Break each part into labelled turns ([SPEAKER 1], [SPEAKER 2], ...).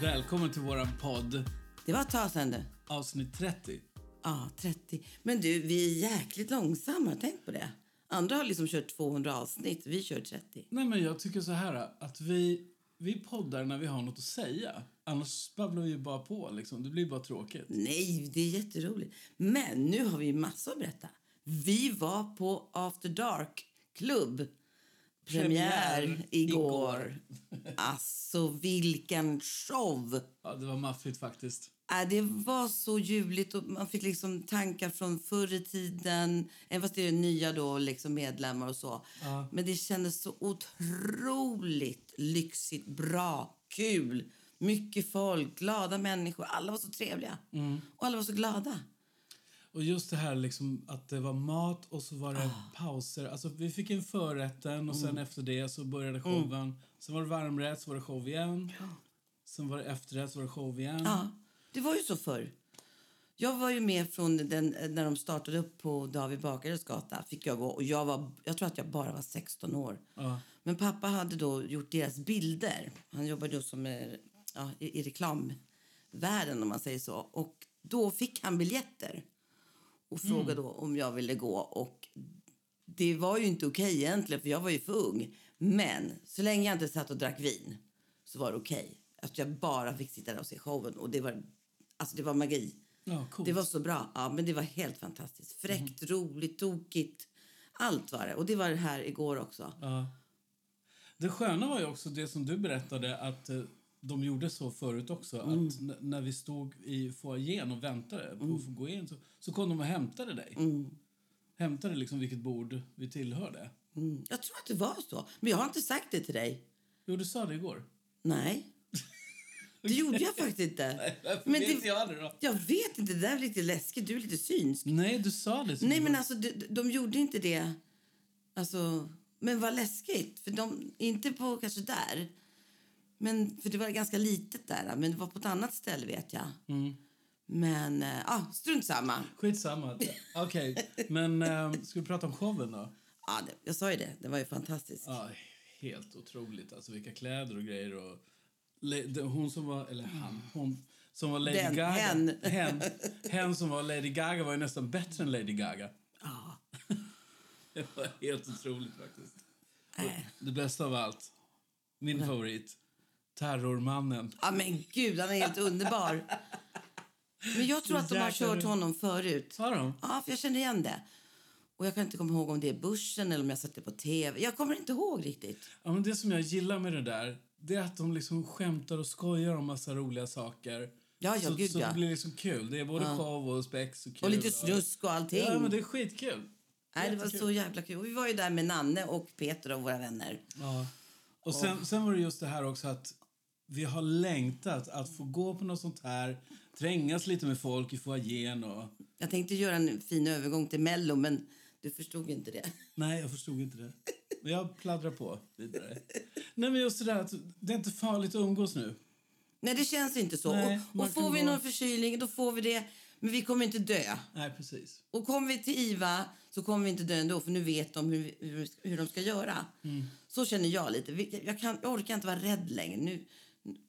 [SPEAKER 1] välkommen till våran podd,
[SPEAKER 2] Det var ett tag sedan du.
[SPEAKER 1] avsnitt 30.
[SPEAKER 2] Ja, 30. Men du, vi är jäkligt långsamma. Tänk på det. Andra har liksom kört 200 avsnitt. Vi kör 30.
[SPEAKER 1] Nej, men jag tycker så här att vi, vi poddar när vi har något att säga. Annars babblar vi ju bara på liksom. Det blir bara tråkigt.
[SPEAKER 2] Nej, det är jätteroligt. Men nu har vi ju massor att berätta. Vi var på After Dark-klubb. Premiär
[SPEAKER 1] Premiär
[SPEAKER 2] igår. Alltså, vilken show!
[SPEAKER 1] Ja, det var maffigt faktiskt.
[SPEAKER 2] Äh, det var så ljuvligt och man fick liksom tankar från förr i tiden. Även fast det är nya då, liksom medlemmar och så.
[SPEAKER 1] Ja.
[SPEAKER 2] Men det kändes så otroligt lyxigt, bra, kul. Mycket folk, glada människor. Alla var så trevliga. Och alla var så glada.
[SPEAKER 1] Och just det här liksom att det var mat och så var det
[SPEAKER 2] Ah.
[SPEAKER 1] pauser. Alltså vi fick en förrätten och
[SPEAKER 2] Mm.
[SPEAKER 1] sen efter det så började showen. Sen var det varmrätt, så var det show igen. Sen var det efterrätt, så var det show igen.
[SPEAKER 2] Ja, det var ju så förr. Jag var ju med från den, när de startade upp på David Bagares gata. Fick jag gå, och jag, var, jag tror att jag bara var 16 år.
[SPEAKER 1] Ja.
[SPEAKER 2] Men pappa hade då gjort deras bilder. Han jobbade ju som eh, ja, i, i reklamvärlden om man säger så. Och då fick han biljetter och frågade då om jag ville gå. Och det var ju inte okej egentligen för jag var ju för ung. Men så länge jag inte satt och drack vin så var det okej. Att jag bara fick sitta där och se showen och det var, alltså det var magi.
[SPEAKER 1] Ja, coolt. Mm.
[SPEAKER 2] Det var så bra. Ja, men det var helt fantastiskt. Fräckt, roligt, tokigt. Allt var det. Och det var det här igår också.
[SPEAKER 1] Ja. Det sköna var ju också det som du berättade att eh, de gjorde så förut också.
[SPEAKER 2] Mm.
[SPEAKER 1] Att n- när vi stod i foajén och väntade på att få gå in så, så kom de och hämtade dig. Hämtade liksom vilket bord vi tillhörde.
[SPEAKER 2] Mm. Jag tror att det var så. Men jag har inte sagt det till dig.
[SPEAKER 1] Jo, du sa det igår.
[SPEAKER 2] Nej. Det gjorde jag faktiskt inte.
[SPEAKER 1] varför vet inte jag det då?
[SPEAKER 2] Jag vet inte. Det där är lite läskigt. Du är lite synsk.
[SPEAKER 1] Nej, du sa det. till
[SPEAKER 2] Nej,
[SPEAKER 1] mig.
[SPEAKER 2] men alltså, de, de gjorde inte det. Alltså, men vad läskigt. För de, inte på kanske där. Men, för det var ganska litet där. Men det var på ett annat ställe vet jag.
[SPEAKER 1] Mm.
[SPEAKER 2] Men, eh, ah, strunt samma.
[SPEAKER 1] Skitsamma. Okej, men eh, ska vi prata om showen då?
[SPEAKER 2] Ja, det, jag sa ju det. Det var ju fantastiskt.
[SPEAKER 1] Ja, helt otroligt. Alltså vilka kläder och grejer och... Le- de- Hon som var, eller han, hon som var Lady
[SPEAKER 2] Mm. Den,
[SPEAKER 1] Gaga.
[SPEAKER 2] hen.
[SPEAKER 1] hen. hen som var Lady Gaga var ju nästan bättre än Lady Gaga.
[SPEAKER 2] Ja.
[SPEAKER 1] Det var helt otroligt faktiskt.
[SPEAKER 2] Äh.
[SPEAKER 1] Och det bästa av allt, min favorit, terrormannen.
[SPEAKER 2] Ja, men gud, han är helt underbar. Men jag tror
[SPEAKER 1] Så
[SPEAKER 2] att de har
[SPEAKER 1] jäkla
[SPEAKER 2] kört
[SPEAKER 1] roligt.
[SPEAKER 2] honom förut.
[SPEAKER 1] Sa de?
[SPEAKER 2] Ja, för jag kände igen det. Och jag kan inte komma ihåg om det är börsen eller om jag satt det på tv. Jag kommer inte ihåg riktigt.
[SPEAKER 1] Ja, men det som jag gillar med det där, det är att de liksom skämtar och skojar om massa roliga saker.
[SPEAKER 2] Ja, ja,
[SPEAKER 1] så,
[SPEAKER 2] gud,
[SPEAKER 1] så
[SPEAKER 2] ja.
[SPEAKER 1] det blir liksom kul. Det är både show och spex och kul.
[SPEAKER 2] Och lite snusk och allting.
[SPEAKER 1] Ja, men det är skitkul.
[SPEAKER 2] Nej, det var så jävla kul. Och vi var ju där med Nanne och Peter och våra vänner.
[SPEAKER 1] Ja. Och sen, sen var det just det här också att vi har längtat att få gå på något sånt här, trängas lite med folk i foajén och...
[SPEAKER 2] Jag tänkte göra en fin övergång till Mello, men du förstod inte det.
[SPEAKER 1] Nej, jag förstod inte det. Men jag pladdrar på vidare. Nej, men just det där att det är inte farligt att umgås nu.
[SPEAKER 2] Nej, det känns inte så.
[SPEAKER 1] Nej,
[SPEAKER 2] och,
[SPEAKER 1] man
[SPEAKER 2] och får
[SPEAKER 1] kan
[SPEAKER 2] vi
[SPEAKER 1] vara-
[SPEAKER 2] någon förkylning, då får vi det. Men vi kommer inte dö.
[SPEAKER 1] Nej, precis.
[SPEAKER 2] Och kommer vi till IVA så kommer vi inte dö ändå för nu vet de hur, hur, hur de ska göra.
[SPEAKER 1] Mm.
[SPEAKER 2] Så känner jag lite. Vi- Jag, kan, jag orkar inte vara rädd längre. Nu,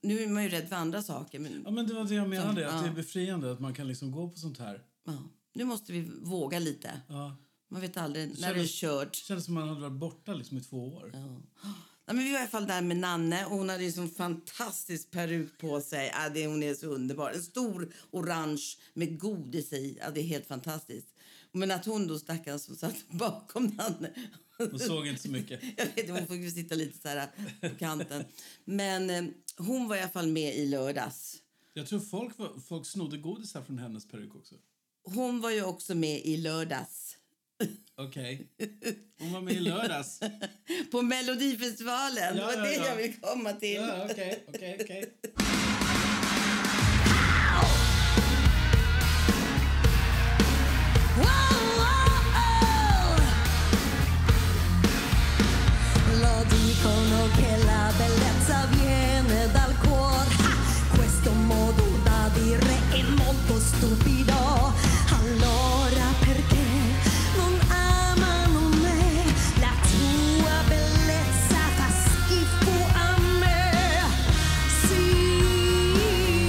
[SPEAKER 2] nu är man ju rädd för andra saker. Men,
[SPEAKER 1] Ja, men det var det jag menade,
[SPEAKER 2] Så,
[SPEAKER 1] att det är
[SPEAKER 2] ja.
[SPEAKER 1] befriande att man kan liksom gå på sånt här.
[SPEAKER 2] ja, nu måste vi våga lite.
[SPEAKER 1] Ja.
[SPEAKER 2] Man vet aldrig när
[SPEAKER 1] Känner-
[SPEAKER 2] det är kört.
[SPEAKER 1] Det kändes som att man hade varit borta liksom i två år.
[SPEAKER 2] Ja. Ja, men vi var i alla fall där med Nanne och hon hade en sån fantastisk peruk på sig. Ja, det, hon är så underbar. En stor orange med godis i. Ja, det är helt fantastiskt. Men att hon då stackaren som satt bakom Nanne.
[SPEAKER 1] Och såg inte så mycket.
[SPEAKER 2] Jag vet, hon fick ju sitta lite så här på kanten. Men eh, hon var i alla fall med i lördags.
[SPEAKER 1] Jag tror folk, var, folk snodde godisar från hennes peruk också.
[SPEAKER 2] Hon var ju också med i lördags.
[SPEAKER 1] Okej. Hon var med i lördags.
[SPEAKER 2] På Melodifestivalen.
[SPEAKER 1] Ja,
[SPEAKER 2] det var
[SPEAKER 1] ja,
[SPEAKER 2] det
[SPEAKER 1] ja.
[SPEAKER 2] jag vill komma till.
[SPEAKER 1] Ja, Okej, okej, okej.
[SPEAKER 2] Wow, wow, wow.
[SPEAKER 3] Lo dicono che la bellezza viene dal cuore. Ah, questo modo da dire è molto stupido. Allora perché non amano me? La tua bellezza fa schifo a me. Sì,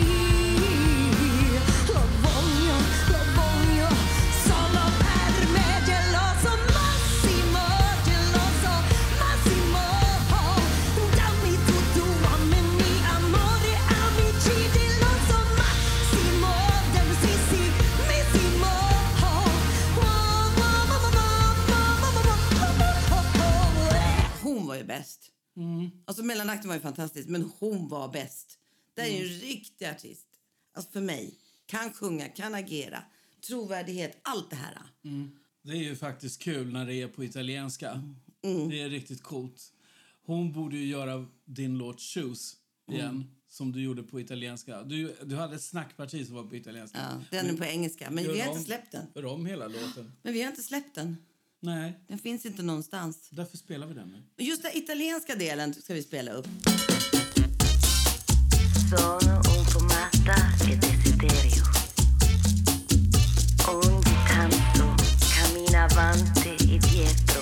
[SPEAKER 2] Gullan Laxton Alltså, var ju fantastisk, men hon var bäst. Det är ju en riktig artist. Alltså för mig. Kan sjunga, kan agera, trovärdighet, allt det här.
[SPEAKER 1] Det är ju faktiskt kul när det är på italienska.
[SPEAKER 2] Mm.
[SPEAKER 1] Det är riktigt coolt. Hon borde ju göra din låt Shoes igen,
[SPEAKER 2] Mm.
[SPEAKER 1] som du gjorde på italienska. Du, du hade ett snackparti som var på italienska.
[SPEAKER 2] Ja, den är på engelska, men vi har inte släppt den.
[SPEAKER 1] Gör om hela låten.
[SPEAKER 2] Men vi har inte släppt den.
[SPEAKER 1] Nej,
[SPEAKER 2] Den finns inte någonstans.
[SPEAKER 1] därför spelar vi den nu.
[SPEAKER 2] Men Just den italienska delen ska vi spela upp.
[SPEAKER 4] Sono un po' matta e desiderio. Ogni tanto cammina avanti e dietro,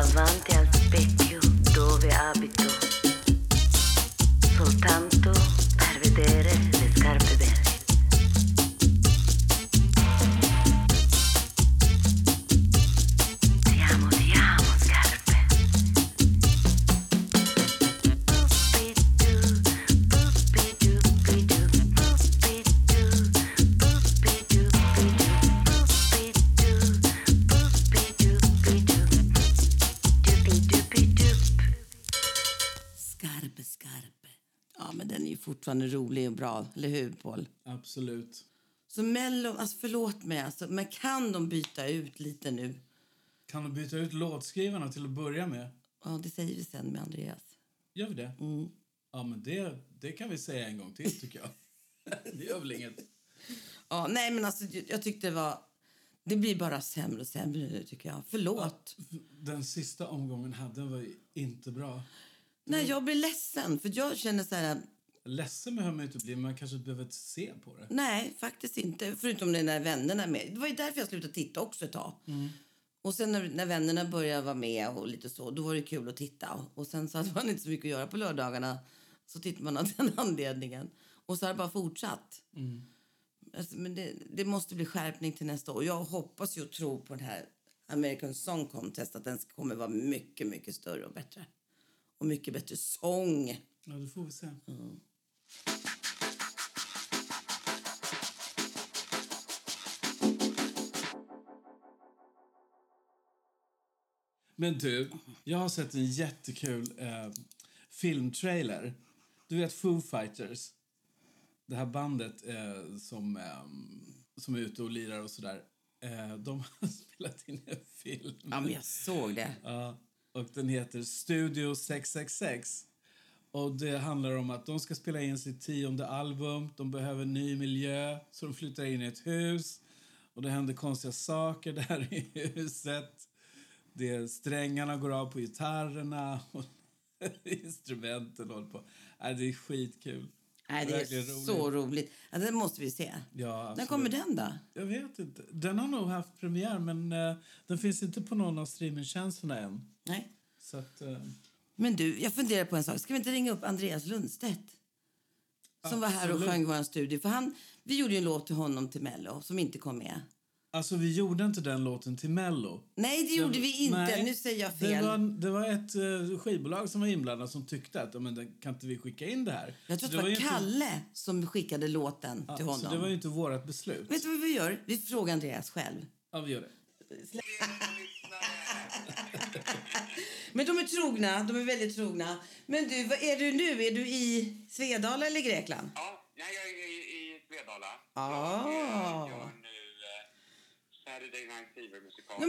[SPEAKER 4] avanti al specchio dove abito, soltanto per vedere le scarpe belle. Ti amo, ti amo scarpe.
[SPEAKER 2] Skarpe, skarpe. Ja, men den är ju fortfarande rolig och bra, eller hur Paul?
[SPEAKER 1] Absolut.
[SPEAKER 2] Så Mello, alltså förlåt mig, alltså, men kan de byta ut lite nu?
[SPEAKER 1] Kan du byta ut låtskrivarna till att börja med?
[SPEAKER 2] Ja, det säger vi sen med Andreas.
[SPEAKER 1] Gör vi det?
[SPEAKER 2] Mm.
[SPEAKER 1] Ja, men det, det kan vi säga en gång till, tycker jag. det gör väl inget.
[SPEAKER 2] Ja, nej, men alltså, jag tyckte det var... Det blir bara sämre och sämre nu, tycker jag. Förlåt.
[SPEAKER 1] Den sista omgången hade var ju inte bra.
[SPEAKER 2] Nej, jag blir ledsen, för jag känner så här...
[SPEAKER 1] Ledsen behöver man ju inte bli, men man kanske behöver se på det.
[SPEAKER 2] Nej, faktiskt inte. Förutom när när vännerna är med. Det var ju därför jag slutade titta också ett tag. Och sen när, när vännerna började vara med och lite så, då var det kul att titta. Och sen så hade man inte så mycket att göra på lördagarna. Så tittade man av den anledningen. Och så har det bara fortsatt. Alltså, men det, det måste bli skärpning till nästa år. Jag hoppas ju och tror på den här American Song Contest att den kommer vara mycket, mycket större och bättre. Och mycket bättre sång.
[SPEAKER 1] Ja, det får vi se. Men du, jag har sett en jättekul eh, filmtrailer. Du vet Foo Fighters? Det här bandet eh, som, ehm, som är ute och lirar och sådär. Eh, de har spelat in en film.
[SPEAKER 2] Ja, men jag såg det.
[SPEAKER 1] Ja, och den heter Studio 666. Och det handlar om att de ska spela in sitt tionde album, de behöver ny miljö, så de flyttar in i ett hus. Och det händer konstiga saker där i huset. Det är, strängarna går av på gitarrerna och instrumenten håller på. Nej, det är skitkul.
[SPEAKER 2] Nej, det är
[SPEAKER 1] Verkligen
[SPEAKER 2] så roligt. Alltså, den måste vi se.
[SPEAKER 1] Ja,
[SPEAKER 2] När
[SPEAKER 1] absolut.
[SPEAKER 2] kommer den då?
[SPEAKER 1] Jag vet inte. Den har nog haft premiär, men eh, den finns inte på någon av streamingtjänsterna än.
[SPEAKER 2] Nej.
[SPEAKER 1] Så att, eh,
[SPEAKER 2] Men du, jag funderar på en sak. Ska vi inte ringa upp Andreas Lundstedt? Som var här och
[SPEAKER 1] Absolut.
[SPEAKER 2] sjöng vår studio. För han, vi gjorde ju en låt till honom till Mello som inte kom med.
[SPEAKER 1] alltså, vi gjorde inte den låten till Mello.
[SPEAKER 2] Nej, det gjorde
[SPEAKER 1] Det-
[SPEAKER 2] vi inte.
[SPEAKER 1] nej.
[SPEAKER 2] Nu säger jag
[SPEAKER 1] Det
[SPEAKER 2] fel.
[SPEAKER 1] var, det var ett eh, skivbolag som var inblandat som tyckte att "Ja, men, det- kan inte vi skicka in det här.
[SPEAKER 2] Jag tror att
[SPEAKER 1] Så
[SPEAKER 2] det var
[SPEAKER 1] ju inte-
[SPEAKER 2] Kalle som skickade låten till
[SPEAKER 1] Ja, Så det
[SPEAKER 2] honom.
[SPEAKER 1] var ju inte vårt beslut.
[SPEAKER 2] Vet du vad vi gör? Vi frågar Andreas själv.
[SPEAKER 1] Ja, vi gör det.
[SPEAKER 2] Men de är trogna. De är väldigt trogna. Men du, vad är du nu? Är du i Svedala eller Grekland?
[SPEAKER 5] Ja, nej, jag är i, i Svedala.
[SPEAKER 2] Ah.
[SPEAKER 5] Jag gör nu eh, Saturday Night Fever-musikalen.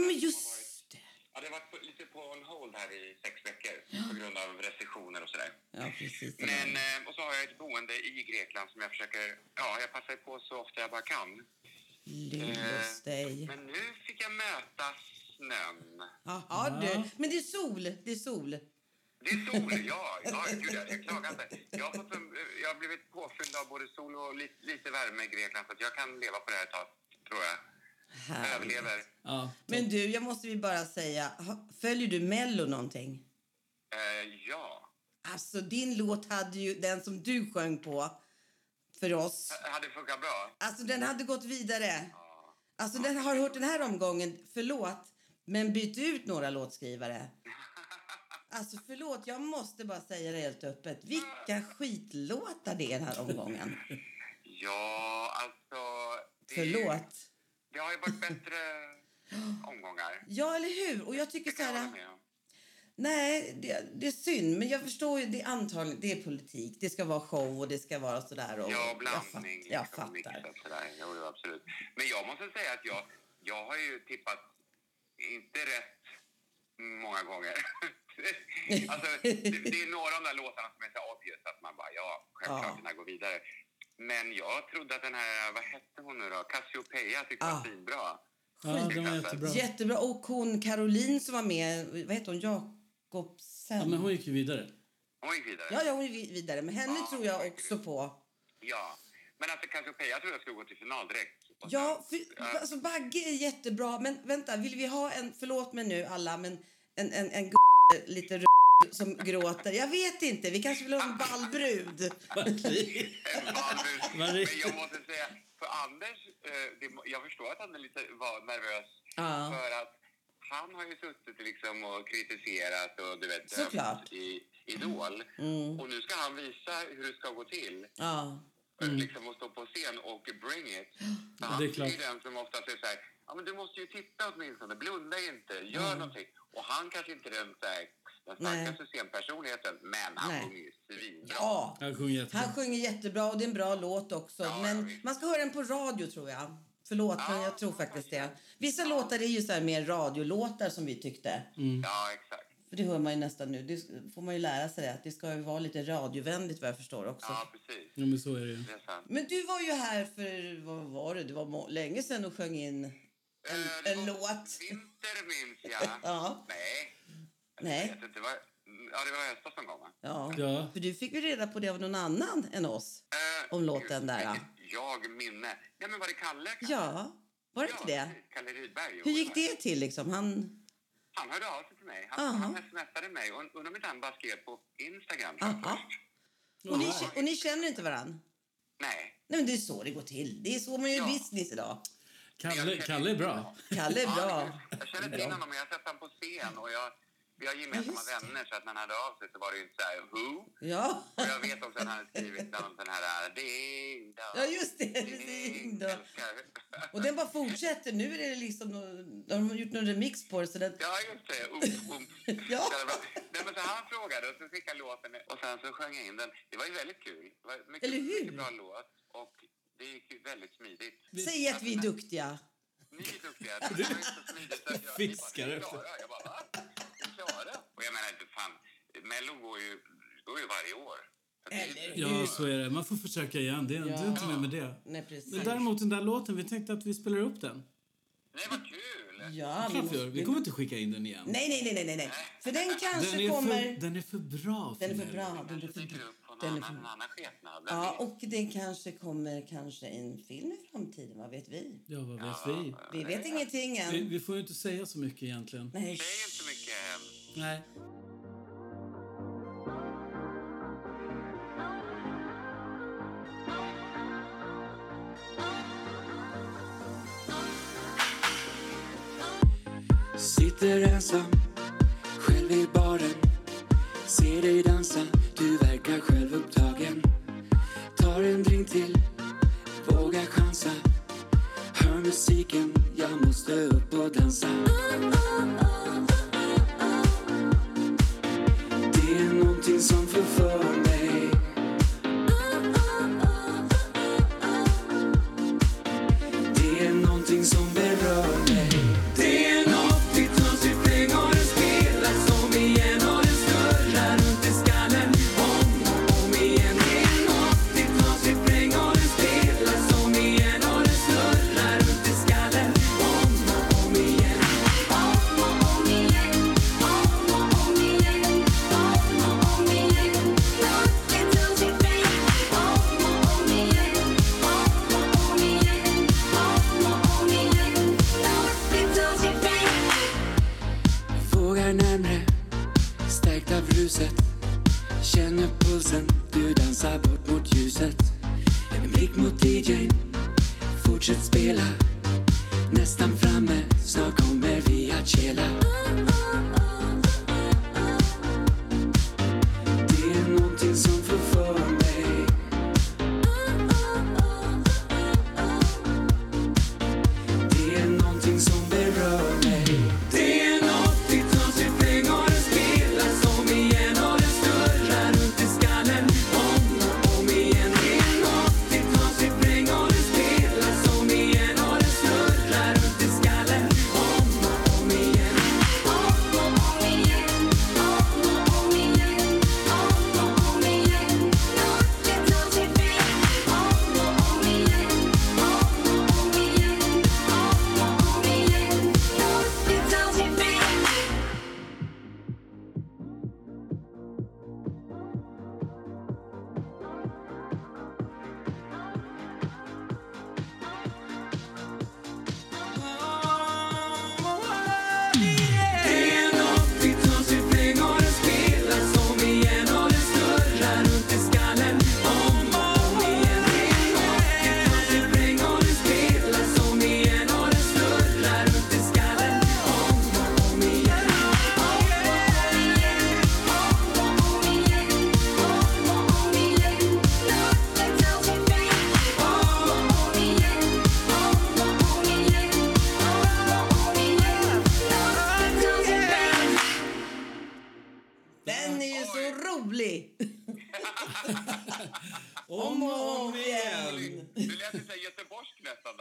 [SPEAKER 2] Nej, men
[SPEAKER 5] som har varit-
[SPEAKER 2] just det.
[SPEAKER 5] Ja, det har varit på, lite på on hold här i sex veckor på grund av restriktioner och sådär.
[SPEAKER 2] Ja, precis.
[SPEAKER 5] Men, eh, och så har jag ett boende i Grekland som jag försöker... Ja, jag passar på så ofta jag bara kan. Eh,
[SPEAKER 2] Lyss dig.
[SPEAKER 5] Men nu fick jag möta snön.
[SPEAKER 2] Ja, ja, du. Men det är sol. Det är sol.
[SPEAKER 5] Det är sol, ja. ja gud, jag, jag klagar inte. Jag har, fått en, jag har blivit påfylld av både sol och li, lite värme i Grekland så att jag kan leva på det här ett tag, tror jag. Jag
[SPEAKER 2] Härligt.
[SPEAKER 5] överlever.
[SPEAKER 1] Ja.
[SPEAKER 2] Men du, jag måste ju bara säga, ha- följer du Mello någonting?
[SPEAKER 5] Eh, ja.
[SPEAKER 2] Alltså din låt hade ju, den som du sjöng på för oss,
[SPEAKER 5] Det hade funkat bra.
[SPEAKER 2] alltså den hade gått vidare. Alltså den har hört den här omgången, förlåt, men byt ut några låtskrivare. Alltså förlåt, jag måste bara säga det helt öppet. Vilka skitlåtar det är den här omgången.
[SPEAKER 5] Ja, alltså... Det,
[SPEAKER 2] Förlåt.
[SPEAKER 5] det har ju varit bättre omgångar.
[SPEAKER 2] Ja, eller hur? Och jag tycker
[SPEAKER 5] Det
[SPEAKER 2] så
[SPEAKER 5] kan jag hålla
[SPEAKER 2] här...
[SPEAKER 5] med om.
[SPEAKER 2] Nej, det, det är synd. Men jag förstår ju, det är antagligen, det är politik. Det ska vara show och det ska vara sådär. Och
[SPEAKER 5] Ja,
[SPEAKER 2] Oh, jag
[SPEAKER 5] blandning.
[SPEAKER 2] fatt- Jag
[SPEAKER 5] liksom, och
[SPEAKER 2] fattar.
[SPEAKER 5] mixat sådär. Jo, jo, absolut. Men jag måste säga att jag, jag har ju tippat inte rätt många gånger. alltså, det, det är några av de där låtarna som är så obvious att man bara, ja, självklart
[SPEAKER 2] Ja.
[SPEAKER 5] den här går vidare. Men jag trodde att den här, vad hette hon nu då? Cassiopeia tyckte jag var
[SPEAKER 2] Ah.
[SPEAKER 5] svinbra.
[SPEAKER 1] Ja, den var jättebra.
[SPEAKER 2] Jättebra. Och hon Caroline som var med, vad heter hon,
[SPEAKER 1] Ja, men
[SPEAKER 2] Jakobsen?
[SPEAKER 1] hon gick ju vidare.
[SPEAKER 5] Hon gick vidare.
[SPEAKER 2] Ja, ja, hon är vid- vidare. Men henne
[SPEAKER 5] Ja,
[SPEAKER 2] tror jag
[SPEAKER 5] verkligen.
[SPEAKER 2] också på.
[SPEAKER 5] Ja. Men att Cassiopeia tror jag skulle gå till final direkt. Och
[SPEAKER 2] Ja, för,
[SPEAKER 5] Ja.
[SPEAKER 2] alltså Bagge är jättebra. Men vänta, vill vi ha en, förlåt mig nu alla, men en, en, en g- lite r- som gråter? Jag vet inte, vi kanske vill ha en ballbrud.
[SPEAKER 1] Verkligen.
[SPEAKER 5] Anders,
[SPEAKER 1] Men det-
[SPEAKER 5] men jag måste säga, för Anders, eh, det, må- jag förstår att han är lite, var nervös.
[SPEAKER 2] Ja.
[SPEAKER 5] För att han har ju suttit liksom och kritiserat och du vet, dömt
[SPEAKER 2] Såklart. Mm.
[SPEAKER 5] i Idol. Och nu ska han visa hur det ska gå till.
[SPEAKER 2] Ja.
[SPEAKER 5] Liksom att stå på scen och bring it. Så han
[SPEAKER 1] det är
[SPEAKER 5] är ju
[SPEAKER 1] klart.
[SPEAKER 5] den som oftast är så här, ja men du måste ju titta åtminstone, blunda inte, gör någonting. Och han kanske inte är den, så här, den
[SPEAKER 2] Nej.
[SPEAKER 5] starkaste scenpersonligheten, men han
[SPEAKER 2] Nej.
[SPEAKER 5] sjunger ju svinbra.
[SPEAKER 2] ja.
[SPEAKER 1] Han sjunger jättebra.
[SPEAKER 2] Han sjunger jättebra och det är en bra låt också.
[SPEAKER 5] Ja, ja,
[SPEAKER 2] men
[SPEAKER 5] visst.
[SPEAKER 2] man ska höra den på radio tror jag. Förlåt, men jag tror faktiskt det. Vissa låtar är ju så här mer radiolåtar som vi tyckte.
[SPEAKER 5] Ja, exakt.
[SPEAKER 2] För det hör man ju nästan nu. Det får man ju lära sig det. Att det ska ju vara lite radiovänligt vad jag förstår också.
[SPEAKER 5] Ja, precis.
[SPEAKER 1] Ja, men så är det ju.
[SPEAKER 5] Det är sant.
[SPEAKER 2] Men du var ju här för, vad var det, det var må- länge sedan och sjöng in en,
[SPEAKER 5] Eh, det
[SPEAKER 2] en
[SPEAKER 5] var
[SPEAKER 2] låt.
[SPEAKER 5] Vinter minns jag.
[SPEAKER 2] Ja.
[SPEAKER 5] Nej.
[SPEAKER 2] Nej.
[SPEAKER 5] Jag vet inte, det var, ja, det var höstas någon gång, va?
[SPEAKER 2] Ja.
[SPEAKER 1] Ja.
[SPEAKER 2] För du fick ju reda på det av någon annan än oss.
[SPEAKER 5] Eh,
[SPEAKER 2] Om låten där, ja.
[SPEAKER 5] vilket Jag minne. Nej, men var det Kalle? kanske?
[SPEAKER 2] Ja, var det inte det?
[SPEAKER 5] precis. Kalle Rydberg.
[SPEAKER 2] Hur
[SPEAKER 5] Jo,
[SPEAKER 2] gick det till liksom? Han...
[SPEAKER 5] Han hörde av sig till mig. Han,
[SPEAKER 2] Aha.
[SPEAKER 5] han smsade mig. Und- Undrar om inte han bara skrev på Instagram. tror jag
[SPEAKER 2] Aha.
[SPEAKER 5] först.
[SPEAKER 2] Och ni, och ni känner inte varann?
[SPEAKER 5] Nej.
[SPEAKER 2] Nej, men det är så det går till. Det är så man gör
[SPEAKER 5] Ja.
[SPEAKER 2] business idag.
[SPEAKER 1] Kalle, Kalle är bra.
[SPEAKER 2] Kalle är
[SPEAKER 5] Ja,
[SPEAKER 2] bra.
[SPEAKER 5] Jag känner inte in honom, men jag har sett honom på scen. Och jag, vi har gemensamma vänner, så att när han hörde av sig så var det ju inte så här, who?
[SPEAKER 2] Ja,
[SPEAKER 5] Och jag vet också att han hade skrivit någon sån här, "Ah, ding dong.
[SPEAKER 2] ja just det.
[SPEAKER 5] Ding,
[SPEAKER 2] Precis. Då.
[SPEAKER 5] älskar.
[SPEAKER 2] Och den bara fortsätter. Nu är det liksom... De har gjort någon remix på det. Så den,
[SPEAKER 5] Ja, just det. Umf, umf.
[SPEAKER 2] Ja.
[SPEAKER 5] Så det var- Nej, men så han frågade och så skickade jag låten och sen så sjöng jag in den. Det var ju väldigt kul. Det var mycket,
[SPEAKER 2] Eller hur?
[SPEAKER 5] mycket bra låt och det gick ju väldigt smidigt.
[SPEAKER 2] säg att vi är duktiga.
[SPEAKER 5] Ni är duktiga. Det var ju så smidigt. Så att jag, ni bara,
[SPEAKER 1] Fiskar
[SPEAKER 5] "Ni är
[SPEAKER 1] efter."
[SPEAKER 5] klara. Jag bara, va? Ni är klara? Och jag menar, inte fan, Mello går ju, går ju varje år. Så det är ju-
[SPEAKER 2] Eller
[SPEAKER 1] Ja, så är det. Man får försöka igen. Det är, Du är inte med med det.
[SPEAKER 2] Nej, precis.
[SPEAKER 1] Men däremot den där låten, vi tänkte att vi spelar upp den.
[SPEAKER 5] Nej, vad kul!
[SPEAKER 2] Ja, vi
[SPEAKER 1] Klart vi
[SPEAKER 2] måste...
[SPEAKER 1] gör. Vi kommer inte skicka in den igen.
[SPEAKER 2] Nej, nej, nej, nej, nej, nej. För den kanske
[SPEAKER 1] Den är
[SPEAKER 2] kommer...
[SPEAKER 1] för, den är för bra för
[SPEAKER 2] Den är för
[SPEAKER 1] mig.
[SPEAKER 2] bra. Den är
[SPEAKER 5] Kanske
[SPEAKER 2] för
[SPEAKER 5] dyker upp på en
[SPEAKER 2] Den är
[SPEAKER 5] annan,
[SPEAKER 2] för-
[SPEAKER 5] en annan skepnad. Vem
[SPEAKER 2] Ja,
[SPEAKER 5] vet?
[SPEAKER 2] och det kanske kommer kanske en film i framtiden, vad vet vi?
[SPEAKER 1] Ja, vad vet vi?
[SPEAKER 2] Vi vet ingenting
[SPEAKER 1] vi?
[SPEAKER 2] än.
[SPEAKER 1] Vi får ju inte säga så mycket egentligen.
[SPEAKER 2] Nej.
[SPEAKER 5] Det är inte så mycket...
[SPEAKER 1] Nej.
[SPEAKER 6] Sitter ensam, själv i baren Ser dig dansa, du verkar självupptagen Tar en drink till, vågar chansa Hör musiken, jag måste upp och dansa Det är någonting som förför mig Det är någonting som berör mig Det är något i trasigt pengarna spelar som igen och det snurrar runt i skallen om och om igen Det är något i trasigt pengarna spelar som igen och det snurrar runt i skallen om och om igen Vågar närmre, stärkt av ruset Känner pulsen, du dansar bort mot ljuset En blick mot DJn, fortsätt spela Nästan framme, snart kommer vi att kela Det är någonting som förför mig Det är någonting som berör mig Det är något i trasigt pengar och det spelar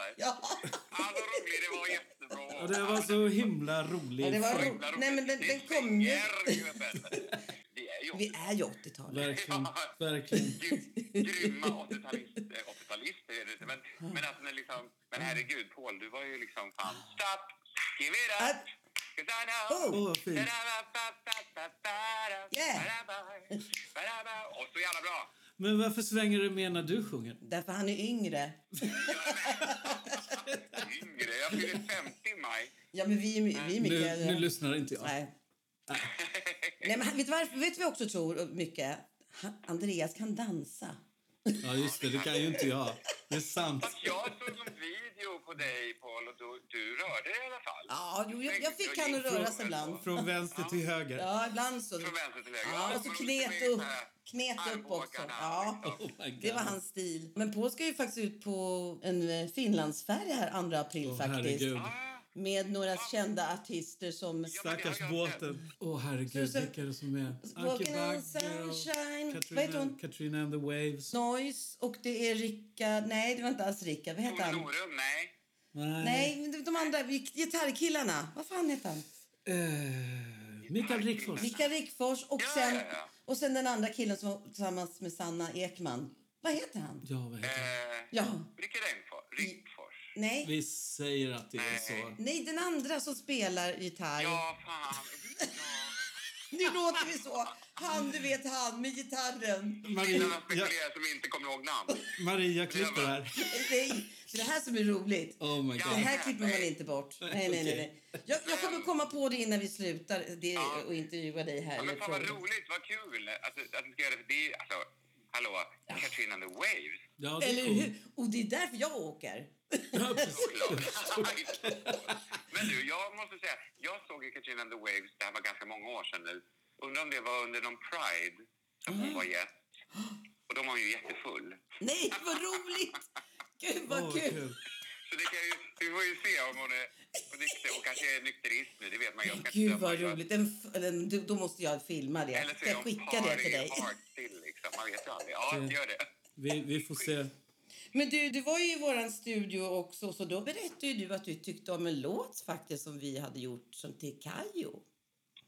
[SPEAKER 1] Ja, det var så himla roligt.
[SPEAKER 2] Ja, det var
[SPEAKER 1] Fan,
[SPEAKER 2] roligt. Nej, men den-
[SPEAKER 5] Det
[SPEAKER 2] den kom ju.
[SPEAKER 5] svänger, gubben. Vi är ju
[SPEAKER 2] Vi är ju 80-talare.
[SPEAKER 1] Verkligen, verkligen.
[SPEAKER 5] grym- grymma 80-talister, 80-talister är det inte, men, men alltså när liksom, men herregud Paul, du var ju liksom fan, stop, give it up!
[SPEAKER 2] Att-
[SPEAKER 5] Cause I know.
[SPEAKER 2] Oh,
[SPEAKER 1] Åh, vad fint.
[SPEAKER 5] Da-da-ba-ba-ba-ba-da.
[SPEAKER 2] Yeah.
[SPEAKER 5] Ba-da-ba. Ba-da-ba. Och så jävla bra!
[SPEAKER 1] Men varför svänger du med när du sjunger?
[SPEAKER 2] Därför han är yngre.
[SPEAKER 5] Yngre, jag fyller 50 i maj.
[SPEAKER 2] Ja, men vi, vi är mycket
[SPEAKER 1] Nu,
[SPEAKER 2] äldre.
[SPEAKER 1] nu lyssnar inte jag.
[SPEAKER 2] Nej. Nej, men han- vet du varför? Vet vi också tror mycket? Han, Andreas kan dansa.
[SPEAKER 1] Ja, just det. Det kan ju inte jag. Det är sant.
[SPEAKER 5] Fast jag såg en video på dig Paul och du, du rörde dig i alla fall.
[SPEAKER 2] Ja, jo, jag, jag fick han att röra sig ibland.
[SPEAKER 1] Från vänster till höger.
[SPEAKER 2] Ja, ibland så.
[SPEAKER 5] Från vänster till höger.
[SPEAKER 2] Ja, och så
[SPEAKER 5] men
[SPEAKER 2] knet
[SPEAKER 5] det är
[SPEAKER 2] upp.
[SPEAKER 5] så här
[SPEAKER 2] Knet upp också.
[SPEAKER 5] armbågarna,
[SPEAKER 2] Ja.
[SPEAKER 5] liksom.
[SPEAKER 1] Oh my God.
[SPEAKER 2] Det var hans stil. Men Paul ska ju faktiskt ut på en eh, Finlandsfärja här 2 april
[SPEAKER 1] Åh,
[SPEAKER 2] faktiskt.
[SPEAKER 1] herregud.
[SPEAKER 5] Ah,
[SPEAKER 2] Med några kända artister som...
[SPEAKER 5] ja, men det har
[SPEAKER 7] Stackars
[SPEAKER 5] jag sett.
[SPEAKER 7] båten.
[SPEAKER 1] Åh, herregud.
[SPEAKER 2] Susan-
[SPEAKER 1] Vilka är det som är?
[SPEAKER 2] Walking on
[SPEAKER 1] Bagger och
[SPEAKER 2] sunshine. Vad heter
[SPEAKER 1] Katrina,
[SPEAKER 2] hon?
[SPEAKER 1] Katrina and the Waves.
[SPEAKER 2] Noise och det är Rickard... Nej, det var inte alls Rickard. Vad heter
[SPEAKER 5] Tore
[SPEAKER 2] han?
[SPEAKER 5] Norum, nej.
[SPEAKER 1] Nej.
[SPEAKER 2] Nej, men de andra gitarr- gitarrkillarna. Vad fan heter han?
[SPEAKER 1] Eh, Mikael Rickfors.
[SPEAKER 2] Rickard Rickfors och
[SPEAKER 5] Ja,
[SPEAKER 2] sen,
[SPEAKER 5] ja, ja.
[SPEAKER 2] och sen den andra killen som var tillsammans med Sanna Ekman. Vad heter han?
[SPEAKER 1] Ja, vad heter han?
[SPEAKER 5] Eh,
[SPEAKER 2] Ja.
[SPEAKER 5] Rickard Engfors. Rickfors.
[SPEAKER 2] Nej,
[SPEAKER 1] Vi säger att det är så.
[SPEAKER 2] nej den andra som spelar gitarr.
[SPEAKER 5] Ja, fan.
[SPEAKER 2] Nu låter vi så. Han, du vet han med gitarren.
[SPEAKER 5] Ja.
[SPEAKER 1] Maria,
[SPEAKER 5] Sådana
[SPEAKER 1] ja,
[SPEAKER 5] spekulerare som inte kommer ihåg namn.
[SPEAKER 1] Maria klipper här.
[SPEAKER 2] Nej, det är det här som är roligt.
[SPEAKER 1] Oh my
[SPEAKER 2] Det
[SPEAKER 1] god.
[SPEAKER 2] här klipper man inte bort. Nej, nej, nej. nej. Jag, jag kommer komma på det innan vi slutar det, och intervjua dig här.
[SPEAKER 5] Ja, men
[SPEAKER 2] eller
[SPEAKER 5] fan vad
[SPEAKER 2] fråga.
[SPEAKER 5] roligt, vad kul alltså, att ni ska göra det. för Det är, alltså, hallå, Katrina and the Waves.
[SPEAKER 1] Ja, det
[SPEAKER 2] Eller
[SPEAKER 1] är coolt.
[SPEAKER 2] hur? Och det är därför jag åker.
[SPEAKER 1] Ja, precis.
[SPEAKER 5] Såklart. Men du, jag måste säga, jag såg ju Katrina and the Waves, det här var ganska många år sedan nu. Undrar om det var under någon Pride som hon var gäst. Och då var hon ju jättefull.
[SPEAKER 2] Nej, vad roligt! Gud, vad
[SPEAKER 1] Åh,
[SPEAKER 2] kul.
[SPEAKER 1] kul.
[SPEAKER 5] Så det kan ju, vi får ju se om hon är nykter. Hon kanske är nykterist nu, det vet man ju. Jag kan inte
[SPEAKER 2] Gud,
[SPEAKER 5] döma.
[SPEAKER 2] vad roligt. Den, f- den, du- då måste jag filma det.
[SPEAKER 5] Eller så
[SPEAKER 2] Ska
[SPEAKER 5] är
[SPEAKER 2] jag
[SPEAKER 5] hon
[SPEAKER 2] skicka det till dig? Mm.
[SPEAKER 5] hardstill, liksom. Man vet ju aldrig. Ja, gör det.
[SPEAKER 1] Vi, vi får se.
[SPEAKER 2] Men du, du var ju i vår studio också, så då berättade ju du att du tyckte om en låt faktiskt som vi hade gjort som till Kayo.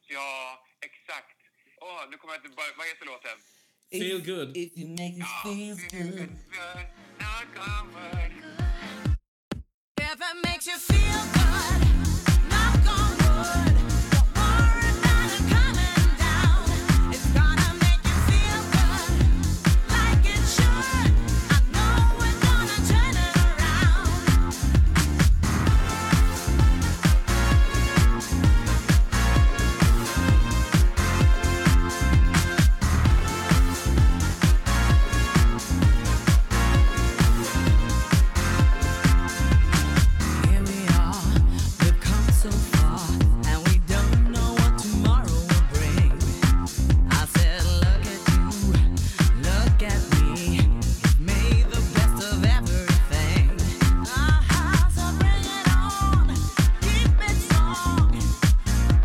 [SPEAKER 5] Ja, exakt. Åh, nu kommer jag inte... Bara, vad heter låten?
[SPEAKER 1] Feel good.
[SPEAKER 2] If you make this feels good.
[SPEAKER 5] Knock on wood.
[SPEAKER 3] If it makes you feel good, knock on wood. Don't worry about it coming down. It's gonna make you feel good, like it should. I know we're gonna turn it around.
[SPEAKER 8] Here we are, we've come so far, and we don't know what tomorrow will bring. I said, look at you, look at me, made the best of everything.
[SPEAKER 3] Ah, so bring it on, keep it strong.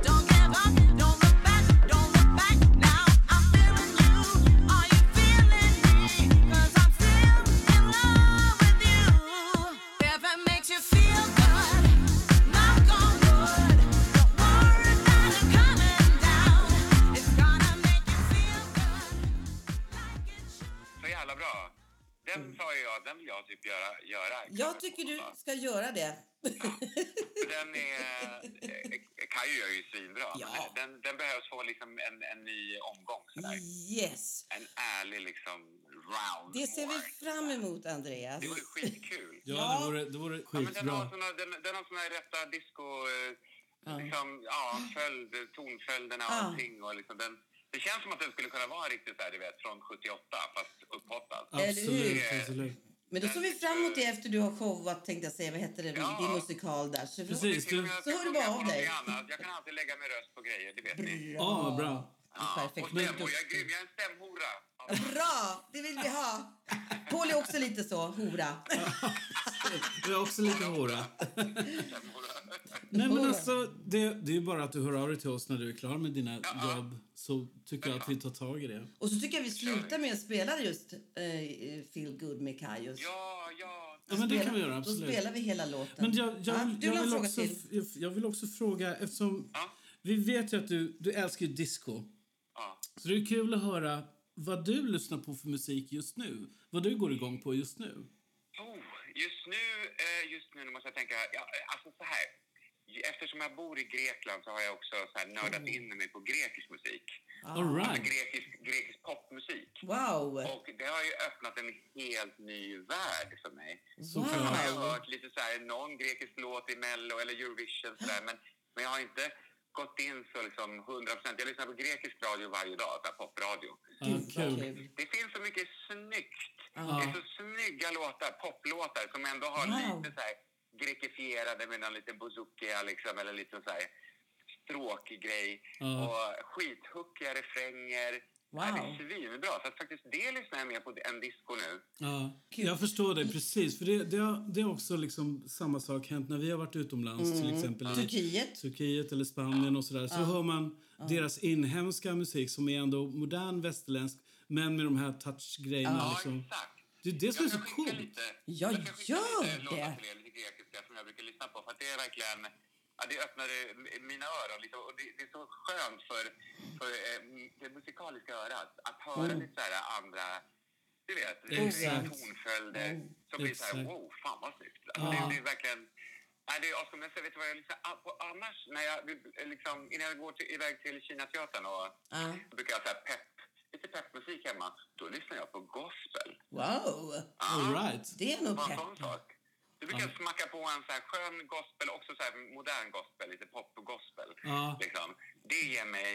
[SPEAKER 3] Don't give up, don't look back, don't look back. Now I'm feeling you, are you feeling me? 'Cause I'm still in love with you. If it makes you feel good, knock on wood. Don't worry about it coming down. It's gonna make you feel good, like it should.
[SPEAKER 5] Så jävla bra. Den sa ju jag, den vill jag typ göra. göra
[SPEAKER 2] Mm. Jag tycker du ska göra det.
[SPEAKER 5] Den är... eh, Kajo gör ju svinbra. men
[SPEAKER 2] Ja.
[SPEAKER 5] Den, den behövs få liksom en, en ny omgång.
[SPEAKER 2] Mm.
[SPEAKER 5] Sådär.
[SPEAKER 2] Yes!
[SPEAKER 5] En ärlig liksom round.
[SPEAKER 2] Det ser vi
[SPEAKER 5] more.
[SPEAKER 2] fram emot, Andreas.
[SPEAKER 5] Det vore skitkul.
[SPEAKER 1] Ja, det vore, det vore
[SPEAKER 5] Ja, men den, har
[SPEAKER 1] skitbra.
[SPEAKER 5] såna, den, den har såna här rätta disco... Eh, Liksom, ja, följd, tonföljderna och
[SPEAKER 2] Ja.
[SPEAKER 5] allting. Och liksom den, det känns som att den skulle kunna vara riktigt där, du vet, från 78, fast upphottad.
[SPEAKER 2] Eller hur?
[SPEAKER 1] Absolut, absolut.
[SPEAKER 2] Men då ser vi fram emot det efter du har showat, tänkte jag säga. Vad heter det?
[SPEAKER 5] Ja.
[SPEAKER 2] Din musikal där. Så
[SPEAKER 1] Precis,
[SPEAKER 5] Till och med
[SPEAKER 1] du-
[SPEAKER 5] jag ska
[SPEAKER 2] Så hör du
[SPEAKER 5] sjunga
[SPEAKER 2] bara av
[SPEAKER 5] på någonting
[SPEAKER 2] dig.
[SPEAKER 5] annat. Jag kan alltid lägga min röst på grejer, det vet ni.
[SPEAKER 1] Ja, vad bra.
[SPEAKER 5] Ja, och
[SPEAKER 2] Perfekt.
[SPEAKER 5] stämmor, jag är grym. Jag är en stämhora. Ja.
[SPEAKER 2] Bra! Det vill vi ha. Paul är också lite så, hora.
[SPEAKER 1] Jag är också lite hora.
[SPEAKER 5] stämhora.
[SPEAKER 1] Nej, men alltså, det, det är ju bara att du hör av dig till oss när du är klar med dina jobb. Så tycker jag att vi tar tag i det.
[SPEAKER 2] Och så tycker jag vi slutar med att spela just eh, Feel Good med Kajus.
[SPEAKER 5] Ja, ja.
[SPEAKER 1] Ja, men det kan vi göra,
[SPEAKER 2] Då
[SPEAKER 1] absolut.
[SPEAKER 2] spelar vi hela låten.
[SPEAKER 1] Men jag, jag,
[SPEAKER 2] Ja,
[SPEAKER 1] vill-
[SPEAKER 2] du
[SPEAKER 1] jag,
[SPEAKER 2] har en
[SPEAKER 1] vill
[SPEAKER 2] fråga
[SPEAKER 1] också,
[SPEAKER 2] till.
[SPEAKER 1] f- jag vill också fråga, eftersom
[SPEAKER 5] Ja.
[SPEAKER 1] vi vet ju att du, du älskar ju disco.
[SPEAKER 5] Ja.
[SPEAKER 1] Så det är kul att höra vad du lyssnar på för musik just nu. Vad du går igång på just nu.
[SPEAKER 5] Oh, just nu, eh, just nu nu måste jag tänka, ja, alltså så här. Eftersom jag bor i Grekland så har jag också så här nördat in mig på grekisk musik.
[SPEAKER 1] All right.
[SPEAKER 5] Grekisk, grekisk popmusik.
[SPEAKER 2] Wow!
[SPEAKER 5] Och det har ju öppnat en helt ny värld för mig. Jag har
[SPEAKER 2] wow.
[SPEAKER 5] hört lite så här, någon grekisk låt i Mello eller Eurovision så där, men, men jag har inte gått in så liksom 100 procent. Jag lyssnar på grekisk radio varje dag, så här popradio.
[SPEAKER 1] Ja,
[SPEAKER 2] Vad
[SPEAKER 1] kul.
[SPEAKER 2] kul.
[SPEAKER 5] Det finns så mycket snyggt. Det är så snygga låtar, poplåtar som ändå har
[SPEAKER 2] Wow.
[SPEAKER 5] lite så här grekifierade med någon liten bouzoukia liksom, eller lite så här stråkgrej.
[SPEAKER 1] Ja.
[SPEAKER 5] Och skithuckiga refränger.
[SPEAKER 2] Wow.
[SPEAKER 5] Ja, Det är svinbra. Så att faktiskt det lyssnar jag mer på än disco nu.
[SPEAKER 1] Ja, jag förstår dig precis. För det, det, har, det har också liksom samma sak hänt när vi har varit utomlands. Till exempel i
[SPEAKER 2] Mm. Turkiet.
[SPEAKER 1] Turkiet eller Spanien och sådär. Så hör man deras inhemska musik som är ändå modern västerländsk men med de här touchgrejerna.
[SPEAKER 5] Ja,
[SPEAKER 1] liksom.
[SPEAKER 5] exakt.
[SPEAKER 1] Det är det som är
[SPEAKER 5] Jag
[SPEAKER 1] så
[SPEAKER 5] kan skicka
[SPEAKER 1] coolt.
[SPEAKER 5] lite.
[SPEAKER 2] Ja,
[SPEAKER 5] jag kan skicka
[SPEAKER 2] gör
[SPEAKER 5] lite låtar
[SPEAKER 2] det.
[SPEAKER 5] till er, lite grekiska som jag brukar lyssna på. För att det är verkligen... Ja, det öppnade m- mina öron lite och det, det är så skönt för, för eh, m- det musikaliska örat att höra lite så här andra, du vet,
[SPEAKER 1] Mm. Exakt. Mm.
[SPEAKER 5] tonföljder som blir så här
[SPEAKER 1] Exakt.
[SPEAKER 5] wow, fan vad snyggt. Alltså, det, det är verkligen, nej det är awesome. Men sen vet du vad jag lyssnar ah, på annars? När jag, eh, liksom, innan jag går till, iväg till Kinateatern och
[SPEAKER 2] Ja.
[SPEAKER 5] brukar jag så här pepp, lite peppmusik hemma, då lyssnar jag på gospel.
[SPEAKER 2] Wow!
[SPEAKER 1] All right.
[SPEAKER 2] Det är nog
[SPEAKER 5] Bara en
[SPEAKER 2] pepp.
[SPEAKER 5] sån sak. Du brukar smacka på en så här skön gospel, också så här modern gospel, lite pop och gospel.
[SPEAKER 1] Ja.
[SPEAKER 5] Liksom. Det ger mig...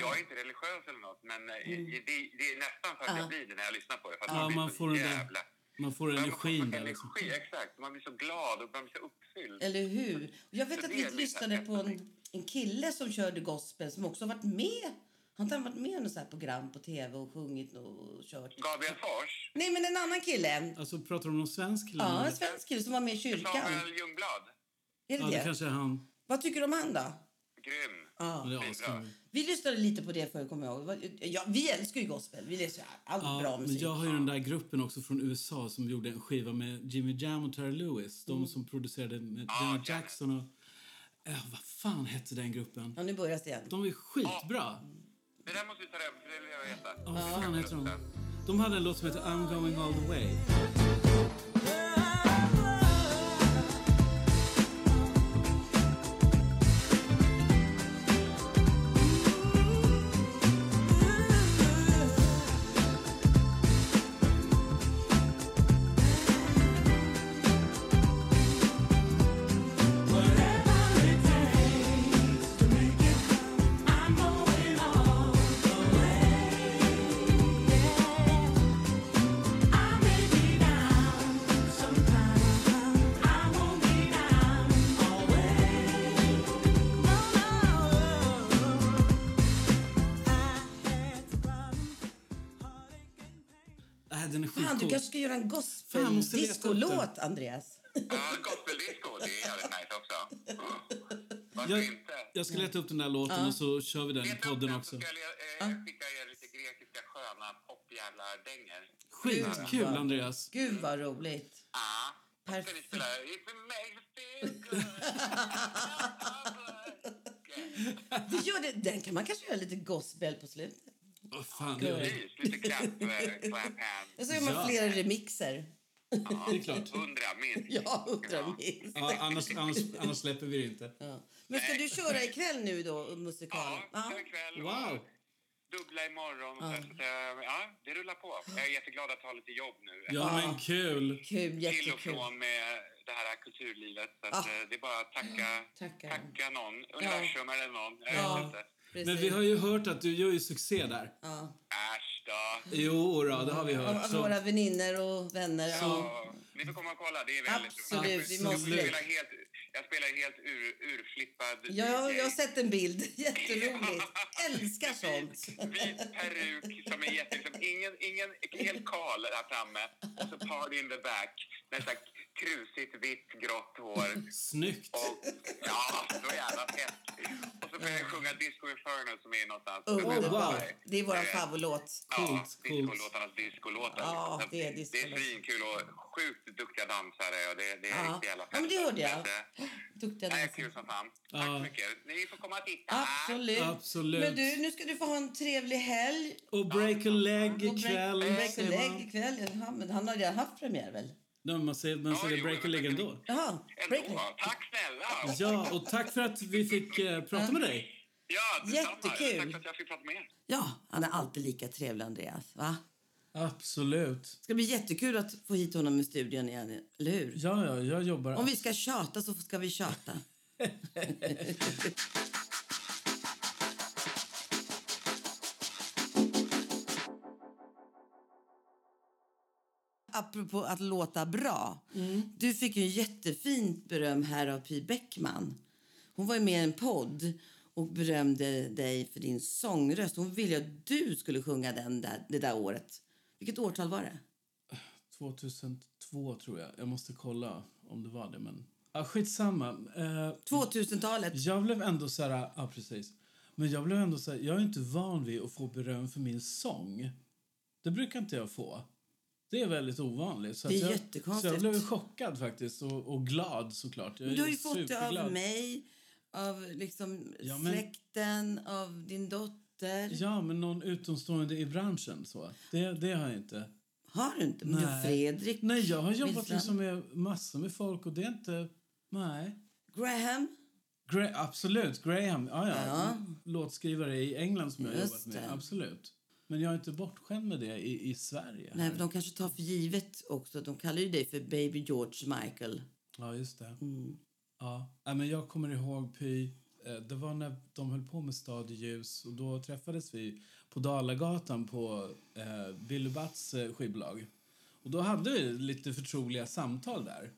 [SPEAKER 5] Jag är inte religiös eller något, men eh, det, det är nästan för att jag blir det när jag lyssnar på det. För att
[SPEAKER 1] Mm. Ja,
[SPEAKER 5] blir
[SPEAKER 1] man
[SPEAKER 5] så
[SPEAKER 1] får den där
[SPEAKER 5] jävla-
[SPEAKER 1] Man får
[SPEAKER 5] Ja, man får
[SPEAKER 1] energin
[SPEAKER 5] sån
[SPEAKER 1] där. Liksom.
[SPEAKER 5] Energi, exakt. Man blir så glad och man blir så uppfylld.
[SPEAKER 2] Eller hur? Jag vet
[SPEAKER 5] Så
[SPEAKER 2] att
[SPEAKER 5] det
[SPEAKER 2] vi
[SPEAKER 5] är lite
[SPEAKER 2] lyssnade på
[SPEAKER 5] häftigt.
[SPEAKER 2] en, en kille som körde gospel som också har varit med. Han har varit med i något så här program på tv och sjungit och kört.
[SPEAKER 5] Gabriel Fors,
[SPEAKER 2] Nej, men en annan kille.
[SPEAKER 1] Alltså, pratar du om någon svensk kille?
[SPEAKER 2] Ja,
[SPEAKER 1] nu?
[SPEAKER 2] en svensk kille som var med i kyrkan.
[SPEAKER 5] Samuel Ljungblad,
[SPEAKER 2] Är
[SPEAKER 1] Mm. ja,
[SPEAKER 2] det
[SPEAKER 1] det
[SPEAKER 2] det?
[SPEAKER 1] kanske är han.
[SPEAKER 2] Vad tycker du om han då?
[SPEAKER 5] grym.
[SPEAKER 2] Ja.
[SPEAKER 1] Ja, det är askul.
[SPEAKER 2] Vi lyssnade lite på det förr, kommer jag ihåg. Vad- Ja, vi älskar ju gospel. Vi lyssnar ju allt
[SPEAKER 1] Ja,
[SPEAKER 2] bra
[SPEAKER 1] men
[SPEAKER 2] musik.
[SPEAKER 1] jag har ju den där gruppen också från USA som gjorde en skiva med Jimmy Jam och Terry Lewis. De som producerade med Janet
[SPEAKER 5] Janet.
[SPEAKER 1] Jackson och... Äh, vad fan hette den gruppen?
[SPEAKER 2] Ja, nu börjar det igen.
[SPEAKER 1] De är skitbra.
[SPEAKER 5] Det där måste du ta reda på, för det vill jag veta.
[SPEAKER 1] Ja, vad fan heter de? De hade en låt som heter I'm going all the way.
[SPEAKER 3] Mm-hmm.
[SPEAKER 1] Äh, den är
[SPEAKER 2] Fan, du
[SPEAKER 1] skitcool.
[SPEAKER 2] kanske ska göra en
[SPEAKER 1] Fan, måste leta upp den.
[SPEAKER 2] gospel-discolåt, Andreas.
[SPEAKER 5] Ja, gospeldisco, det är jävligt nice också. Ja. Varför
[SPEAKER 1] Jag,
[SPEAKER 5] inte?
[SPEAKER 1] jag ska leta upp den där låten och så kör vi den i
[SPEAKER 5] Leta upp
[SPEAKER 1] podden
[SPEAKER 5] den
[SPEAKER 1] också.
[SPEAKER 5] så ska jag eh, skicka er lite grekiska sköna popjävla dänger.
[SPEAKER 1] Skitkul, Andreas.
[SPEAKER 2] Gud, vad roligt.
[SPEAKER 5] Ah. Perfekt. Ska ni
[SPEAKER 2] Perfekt.
[SPEAKER 5] spela If it makes you feel good.
[SPEAKER 2] Du gör det. Den kan man kanske göra lite gospel på slutet.
[SPEAKER 1] Åh, fan, det, är,
[SPEAKER 5] Precis, lite clap, eh, clap
[SPEAKER 2] Och
[SPEAKER 5] hands.
[SPEAKER 2] så Alltså, gör man
[SPEAKER 1] Ja.
[SPEAKER 2] flera remixer.
[SPEAKER 1] det är klart.
[SPEAKER 5] Hundra minst.
[SPEAKER 2] Ja, undrar minst.
[SPEAKER 1] Ja, annars, annars, annars släpper vi det inte.
[SPEAKER 2] Ja. Men ska du köra ikväll nu då, musikalen?
[SPEAKER 5] Ja, kör ikväll. och
[SPEAKER 1] Wow.
[SPEAKER 5] Dubbla imorgon. Och så här, så att, eh, ja, det rullar på. Jag är jätteglad att ha lite jobb nu.
[SPEAKER 1] Ja, men kul.
[SPEAKER 2] Kul,
[SPEAKER 5] Till och
[SPEAKER 2] jättekul.
[SPEAKER 5] från med det här kulturlivet. Så att,
[SPEAKER 2] Ah.
[SPEAKER 5] eh, Det är bara att tacka,
[SPEAKER 2] Tacka.
[SPEAKER 5] tacka någon. Universum eller någon. Jag
[SPEAKER 2] Ja.
[SPEAKER 5] vet inte.
[SPEAKER 1] Men vi har ju hört att du gör ju succé där.
[SPEAKER 5] Äsch då.
[SPEAKER 1] Jo, då, det har vi
[SPEAKER 2] Av,
[SPEAKER 1] hört.
[SPEAKER 2] av
[SPEAKER 1] Så-
[SPEAKER 2] våra vänner och vänner. Ja.
[SPEAKER 5] Ja, ni får komma och kolla. Det är väldigt
[SPEAKER 2] Absolut,
[SPEAKER 5] roligt.
[SPEAKER 2] vi
[SPEAKER 5] Jag
[SPEAKER 2] måste.
[SPEAKER 5] spelar helt, jag spelar helt ur, urflippad
[SPEAKER 2] Ja, jag,
[SPEAKER 5] DJ.
[SPEAKER 2] jag har sett en bild. Jätteroligt. Älskar sånt.
[SPEAKER 5] Vit peruk som är jätte... Liksom, ingen, ingen, helt kal där framme och så party in the back med så här krusigt vitt grått hår.
[SPEAKER 1] Snyggt!
[SPEAKER 5] Och, ja, så jävla fett. Och så ska jag sjunga Disco Inferno som är någonstans...
[SPEAKER 2] Oh,
[SPEAKER 1] wow.
[SPEAKER 2] underbart. Det är
[SPEAKER 1] Eh,
[SPEAKER 2] vår favoritlåt.
[SPEAKER 5] Ja,
[SPEAKER 1] Coolt, coolt.
[SPEAKER 5] discolåtarnas discolåtar.
[SPEAKER 2] Ja,
[SPEAKER 5] liksom.
[SPEAKER 2] det är
[SPEAKER 5] det är
[SPEAKER 2] discolåtar.
[SPEAKER 5] svinkul och sjukt duktiga dansare. Och det, det är
[SPEAKER 2] Ja.
[SPEAKER 5] riktigt jävla eh,
[SPEAKER 2] ja, men det
[SPEAKER 5] fest.
[SPEAKER 2] hörde jag.
[SPEAKER 5] Det-
[SPEAKER 2] Duktiga
[SPEAKER 5] Det är
[SPEAKER 2] dansare.
[SPEAKER 5] kul som fan. Tack
[SPEAKER 1] Ja.
[SPEAKER 5] så mycket. Ni får komma och titta.
[SPEAKER 2] Absolut.
[SPEAKER 1] Absolut.
[SPEAKER 2] Men du, nu ska du få ha en trevlig helg.
[SPEAKER 1] Och break a leg
[SPEAKER 2] Och
[SPEAKER 1] ikväll.
[SPEAKER 2] break- Break a
[SPEAKER 1] säger man.
[SPEAKER 2] leg ikväll. Jaha, men han har redan haft premiär väl?
[SPEAKER 1] Nej, men man säger, man
[SPEAKER 5] Ja,
[SPEAKER 1] säger
[SPEAKER 5] jo,
[SPEAKER 1] break a leg
[SPEAKER 5] men-
[SPEAKER 1] ändå.
[SPEAKER 2] Jaha, break a
[SPEAKER 5] Ändå.
[SPEAKER 2] leg.
[SPEAKER 5] Tack snälla!
[SPEAKER 1] Ja, och tack för att vi fick eh, prata med dig.
[SPEAKER 5] Ja, detsamma.
[SPEAKER 2] Jättekul.
[SPEAKER 5] Tack för att jag fick prata med er.
[SPEAKER 2] Ja, han är alltid lika trevlig, Andreas. Va?
[SPEAKER 1] Absolut.
[SPEAKER 2] Det ska bli jättekul att få hit honom i studion igen, eller hur?
[SPEAKER 1] Ja, ja, jag jobbar.
[SPEAKER 2] Om vi ska tjata så ska vi tjata. Apropå att låta bra. Du fick ju jättefint beröm här av Py Bäckman. Hon var ju med i en podd och berömde dig för din sångröst. Hon ville att du skulle sjunga den där, det där året. Vilket årtal var det?
[SPEAKER 1] 2002 tror jag. Jag måste kolla om det var det, men... Ja, skitsamma. Eh,
[SPEAKER 2] 2000-talet.
[SPEAKER 1] Jag blev ändå så här... Ja, precis. Men jag blev ändå så här, jag är inte van vid att få beröm för min sång. Det brukar inte jag få. Det är väldigt ovanligt. Så
[SPEAKER 2] Det är
[SPEAKER 1] att jag,
[SPEAKER 2] jättekonstigt.
[SPEAKER 1] Så jag blev chockad faktiskt och, och glad såklart. Jag
[SPEAKER 2] Men Du har ju
[SPEAKER 1] är
[SPEAKER 2] fått det av
[SPEAKER 1] superglad.
[SPEAKER 2] mig, av liksom
[SPEAKER 1] Ja, men-
[SPEAKER 2] släkten, av din dotter.
[SPEAKER 1] Ja, men någon utomstående i branschen. så. Det, det har jag inte.
[SPEAKER 2] Har du inte? Men du har
[SPEAKER 1] Nej.
[SPEAKER 2] Fredrik,
[SPEAKER 1] Nej, jag har jobbat
[SPEAKER 2] Wilson,
[SPEAKER 1] liksom med massor med folk och det är inte... Nej.
[SPEAKER 2] Graham.
[SPEAKER 1] Gra- absolut, Graham. Ja, ja.
[SPEAKER 2] Ja.
[SPEAKER 1] Låtskrivare i England som jag har
[SPEAKER 2] Just
[SPEAKER 1] jobbat med.
[SPEAKER 2] det.
[SPEAKER 1] Absolut. Men jag är inte bortskämd med det i, i Sverige.
[SPEAKER 2] Nej,
[SPEAKER 1] här.
[SPEAKER 2] men de kanske tar för givet också. De kallar ju dig för Baby George Michael.
[SPEAKER 1] Ja, just det.
[SPEAKER 2] Mm.
[SPEAKER 1] Ja. Ja, men jag kommer ihåg Py. eh, Det var när de höll på med Stadieljus och då träffades vi på Dalagatan på eh, Billy Batts eh, skivbolag. Och då hade vi lite förtroliga samtal där.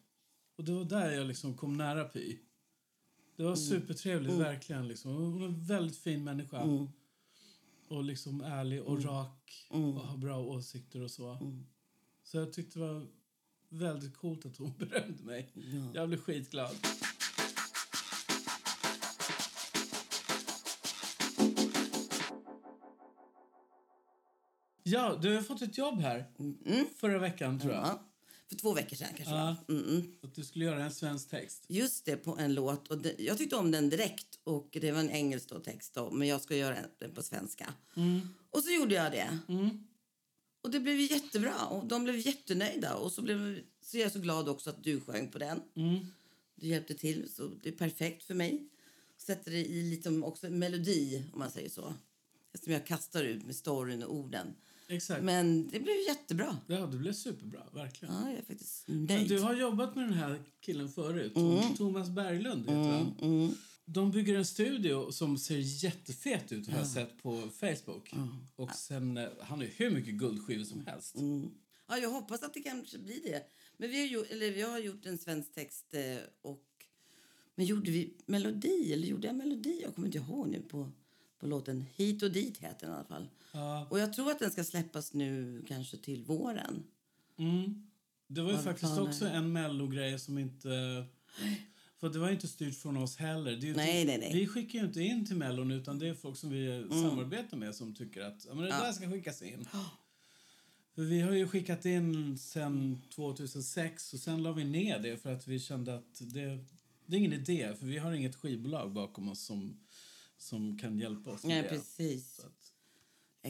[SPEAKER 1] Och det var där jag liksom kom nära Py. Det var supertrevligt, verkligen. Liksom. Hon är en väldigt fin människa. Och liksom ärlig och rak och har bra åsikter och så. Så jag tyckte det var väldigt coolt att hon berömde mig. Jag blev skitglad. Ja, du har fått ett jobb här förra veckan, tror jag.
[SPEAKER 2] Ja. För två veckor sedan kanske.
[SPEAKER 1] Ja.
[SPEAKER 2] Mm-mm.
[SPEAKER 1] Att du skulle göra en svensk text.
[SPEAKER 2] Just det, på en låt. Och det, jag tyckte om den direkt. Och Det var en engelsk då, text, då, men jag ska göra den på svenska.
[SPEAKER 1] Mm.
[SPEAKER 2] Och så gjorde jag det. Och Det blev ju jättebra. Och De blev jättenöjda. Och så, blev, så är jag så glad också att du sjöng på den.
[SPEAKER 1] Mm.
[SPEAKER 2] Du hjälpte till, så det är perfekt för mig. Sätter det i lite om- också melodi, om man säger så. Eftersom jag kastar ut med storyn och orden.
[SPEAKER 1] Exakt.
[SPEAKER 2] Men det blev jättebra.
[SPEAKER 1] Ja, du blev superbra, verkligen.
[SPEAKER 2] Ja, Mm. jag är faktiskt
[SPEAKER 1] Men
[SPEAKER 2] nöjd.
[SPEAKER 1] Du har jobbat med den här killen förut, Thomas Berglund heter han.
[SPEAKER 2] Mm,
[SPEAKER 1] De bygger en studio som ser jättefet ut, har jag sett på Facebook. Och sen, eh, han har ju hur mycket guldskivor som helst.
[SPEAKER 2] Mm. Ja, jag hoppas att det kanske blir det. Men vi har, gjort, eller vi har gjort en svensk text eh, och... Men gjorde vi melodi? Eller gjorde jag melodi? Jag kommer inte ihåg nu på, på låten. Hit och dit heter den i alla fall.
[SPEAKER 1] Ja.
[SPEAKER 2] Och jag tror att den ska släppas nu kanske till våren.
[SPEAKER 1] Det var ju
[SPEAKER 2] Vad
[SPEAKER 1] faktiskt
[SPEAKER 2] fan är
[SPEAKER 1] också en mellogrej som inte... För det var ju inte styrt från oss heller. Det är ju
[SPEAKER 2] Nej,
[SPEAKER 1] inte,
[SPEAKER 2] nej, Mm. nej.
[SPEAKER 1] Vi skickar ju inte in till mellon utan det är folk som vi samarbetar med som tycker att ja, men det där ska skickas in. För vi har ju skickat in sen 2006 och sen la vi ner det för att vi kände att det, det är ingen idé för vi har inget skivbolag bakom oss som, som kan hjälpa oss med
[SPEAKER 2] Nej,
[SPEAKER 1] det.
[SPEAKER 2] precis.
[SPEAKER 1] Så att,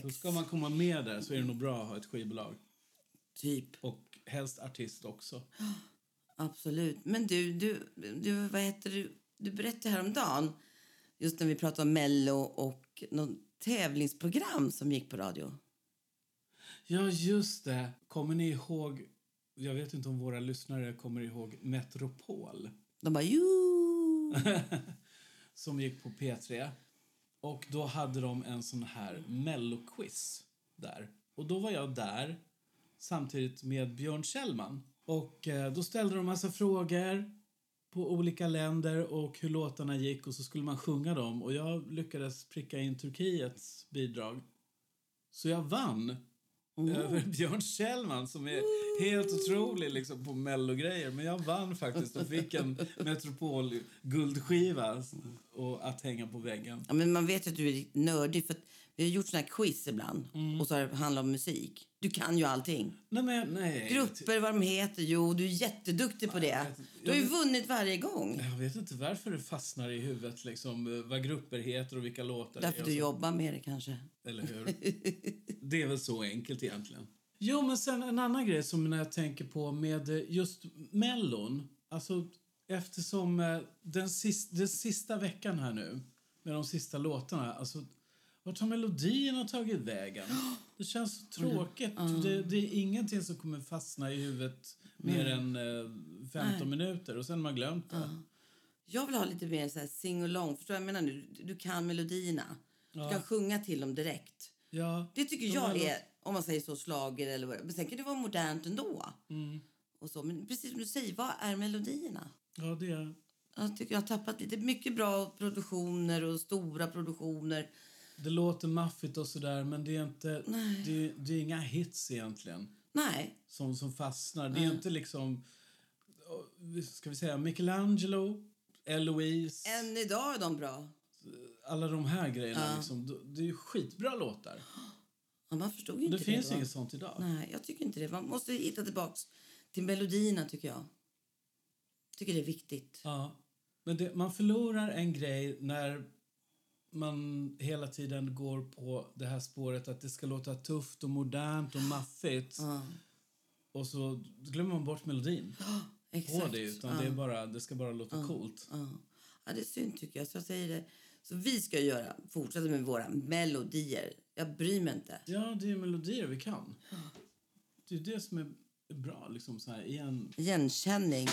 [SPEAKER 1] så
[SPEAKER 2] Ex,
[SPEAKER 1] ska man komma med där så är det nog bra att ha ett skivbolag.
[SPEAKER 2] typ.
[SPEAKER 1] Och helst artist också.
[SPEAKER 2] Absolut. Men du, du, du, vad heter du? Du berättade häromdagen, just när vi pratade om Mello och någon tävlingsprogram som gick på radio.
[SPEAKER 1] Ja, just det. Kommer ni ihåg... Jag vet inte om våra lyssnare kommer ihåg Metropol
[SPEAKER 2] De bara, jo!
[SPEAKER 1] som gick på P3. Och Då hade de en sån här melloquiz där. Och Då var jag där samtidigt med Björn Kjellman. Och eh, Då ställde de massa frågor på olika länder och hur låtarna gick och så skulle man sjunga dem. Och Jag lyckades pricka in
[SPEAKER 2] Mm.
[SPEAKER 1] Turkiets bidrag. Så jag vann över Björn Kjellman som är helt otrolig liksom, på mellogrejer. Men jag vann faktiskt och fick en Metropol-guldskiva s- och att hänga på väggen.
[SPEAKER 2] Ja, men man vet ju att du är nördig. För att vi har gjort såna här quiz ibland och så har det handlat om musik. Du kan ju allting.
[SPEAKER 1] Mm. Nej, men nej.
[SPEAKER 2] Grupper, vad de heter. Jo, du är jätteduktig på det. Du har ju vunnit varje gång.
[SPEAKER 1] Jag vet inte varför det fastnar i huvudet liksom, eh, vad grupper heter och vilka låtar det är.
[SPEAKER 2] Därför
[SPEAKER 1] och
[SPEAKER 2] du
[SPEAKER 1] så.
[SPEAKER 2] jobbar med det kanske.
[SPEAKER 1] Eller hur? Det är väl så enkelt egentligen. Jo, men sen en annan grej som när jag tänker på med eh, just Mellon. Alltså, eftersom eh, den, sis- den sista veckan här nu, med de sista låtarna, alltså vart har melodierna tagit vägen? Det känns så tråkigt. Det, det är ingenting som kommer fastna i huvudet mer än eh, 15 minuter och sen har man glömt det.
[SPEAKER 2] Jag vill ha lite mer så här sing-along. Förstår du vad jag menar nu? Du, du kan melodierna. Du kan sjunga till dem direkt.
[SPEAKER 1] Ja.
[SPEAKER 2] Det tycker
[SPEAKER 1] De här
[SPEAKER 2] jag
[SPEAKER 1] låt-
[SPEAKER 2] är, om man säger så, slager eller vad Men sen kan det vara modernt ändå.
[SPEAKER 1] Mm.
[SPEAKER 2] Och så. Men precis som du säger, vad är melodierna?
[SPEAKER 1] Ja, det är...
[SPEAKER 2] Jag tycker jag har tappat lite. Mycket bra produktioner och stora produktioner.
[SPEAKER 1] Det låter maffigt och sådär, men det är, inte, det, det är inga hits egentligen
[SPEAKER 2] Nej,
[SPEAKER 1] som, som fastnar. Det är inte liksom, eh, ska vi säga Michelangelo, Eloise,
[SPEAKER 2] än idag är de bra.
[SPEAKER 1] alla de här grejerna. Liksom, det- det är ju skitbra låtar.
[SPEAKER 2] Ja, man förstod ju
[SPEAKER 1] Det
[SPEAKER 2] inte
[SPEAKER 1] finns
[SPEAKER 2] det då.
[SPEAKER 1] inget sånt idag.
[SPEAKER 2] Nej, jag tycker inte det. Man måste hitta tillbaks till melodierna tycker jag. Tycker det är viktigt.
[SPEAKER 1] Ja. Men det, man förlorar en grej när man hela tiden går på det här spåret att det ska låta tufft och modernt och maffigt. Och så glömmer man bort melodin. på
[SPEAKER 2] Exakt.
[SPEAKER 1] det utan det, är bara, det ska bara låta coolt.
[SPEAKER 2] Ja. ja, det är synd tycker jag. Så jag säger det. Så vi ska göra, fortsätta med våra melodier. Jag bryr mig inte.
[SPEAKER 1] Ja, det är melodier vi kan. Det är det som är bra liksom så här igen.
[SPEAKER 2] Igenkänning.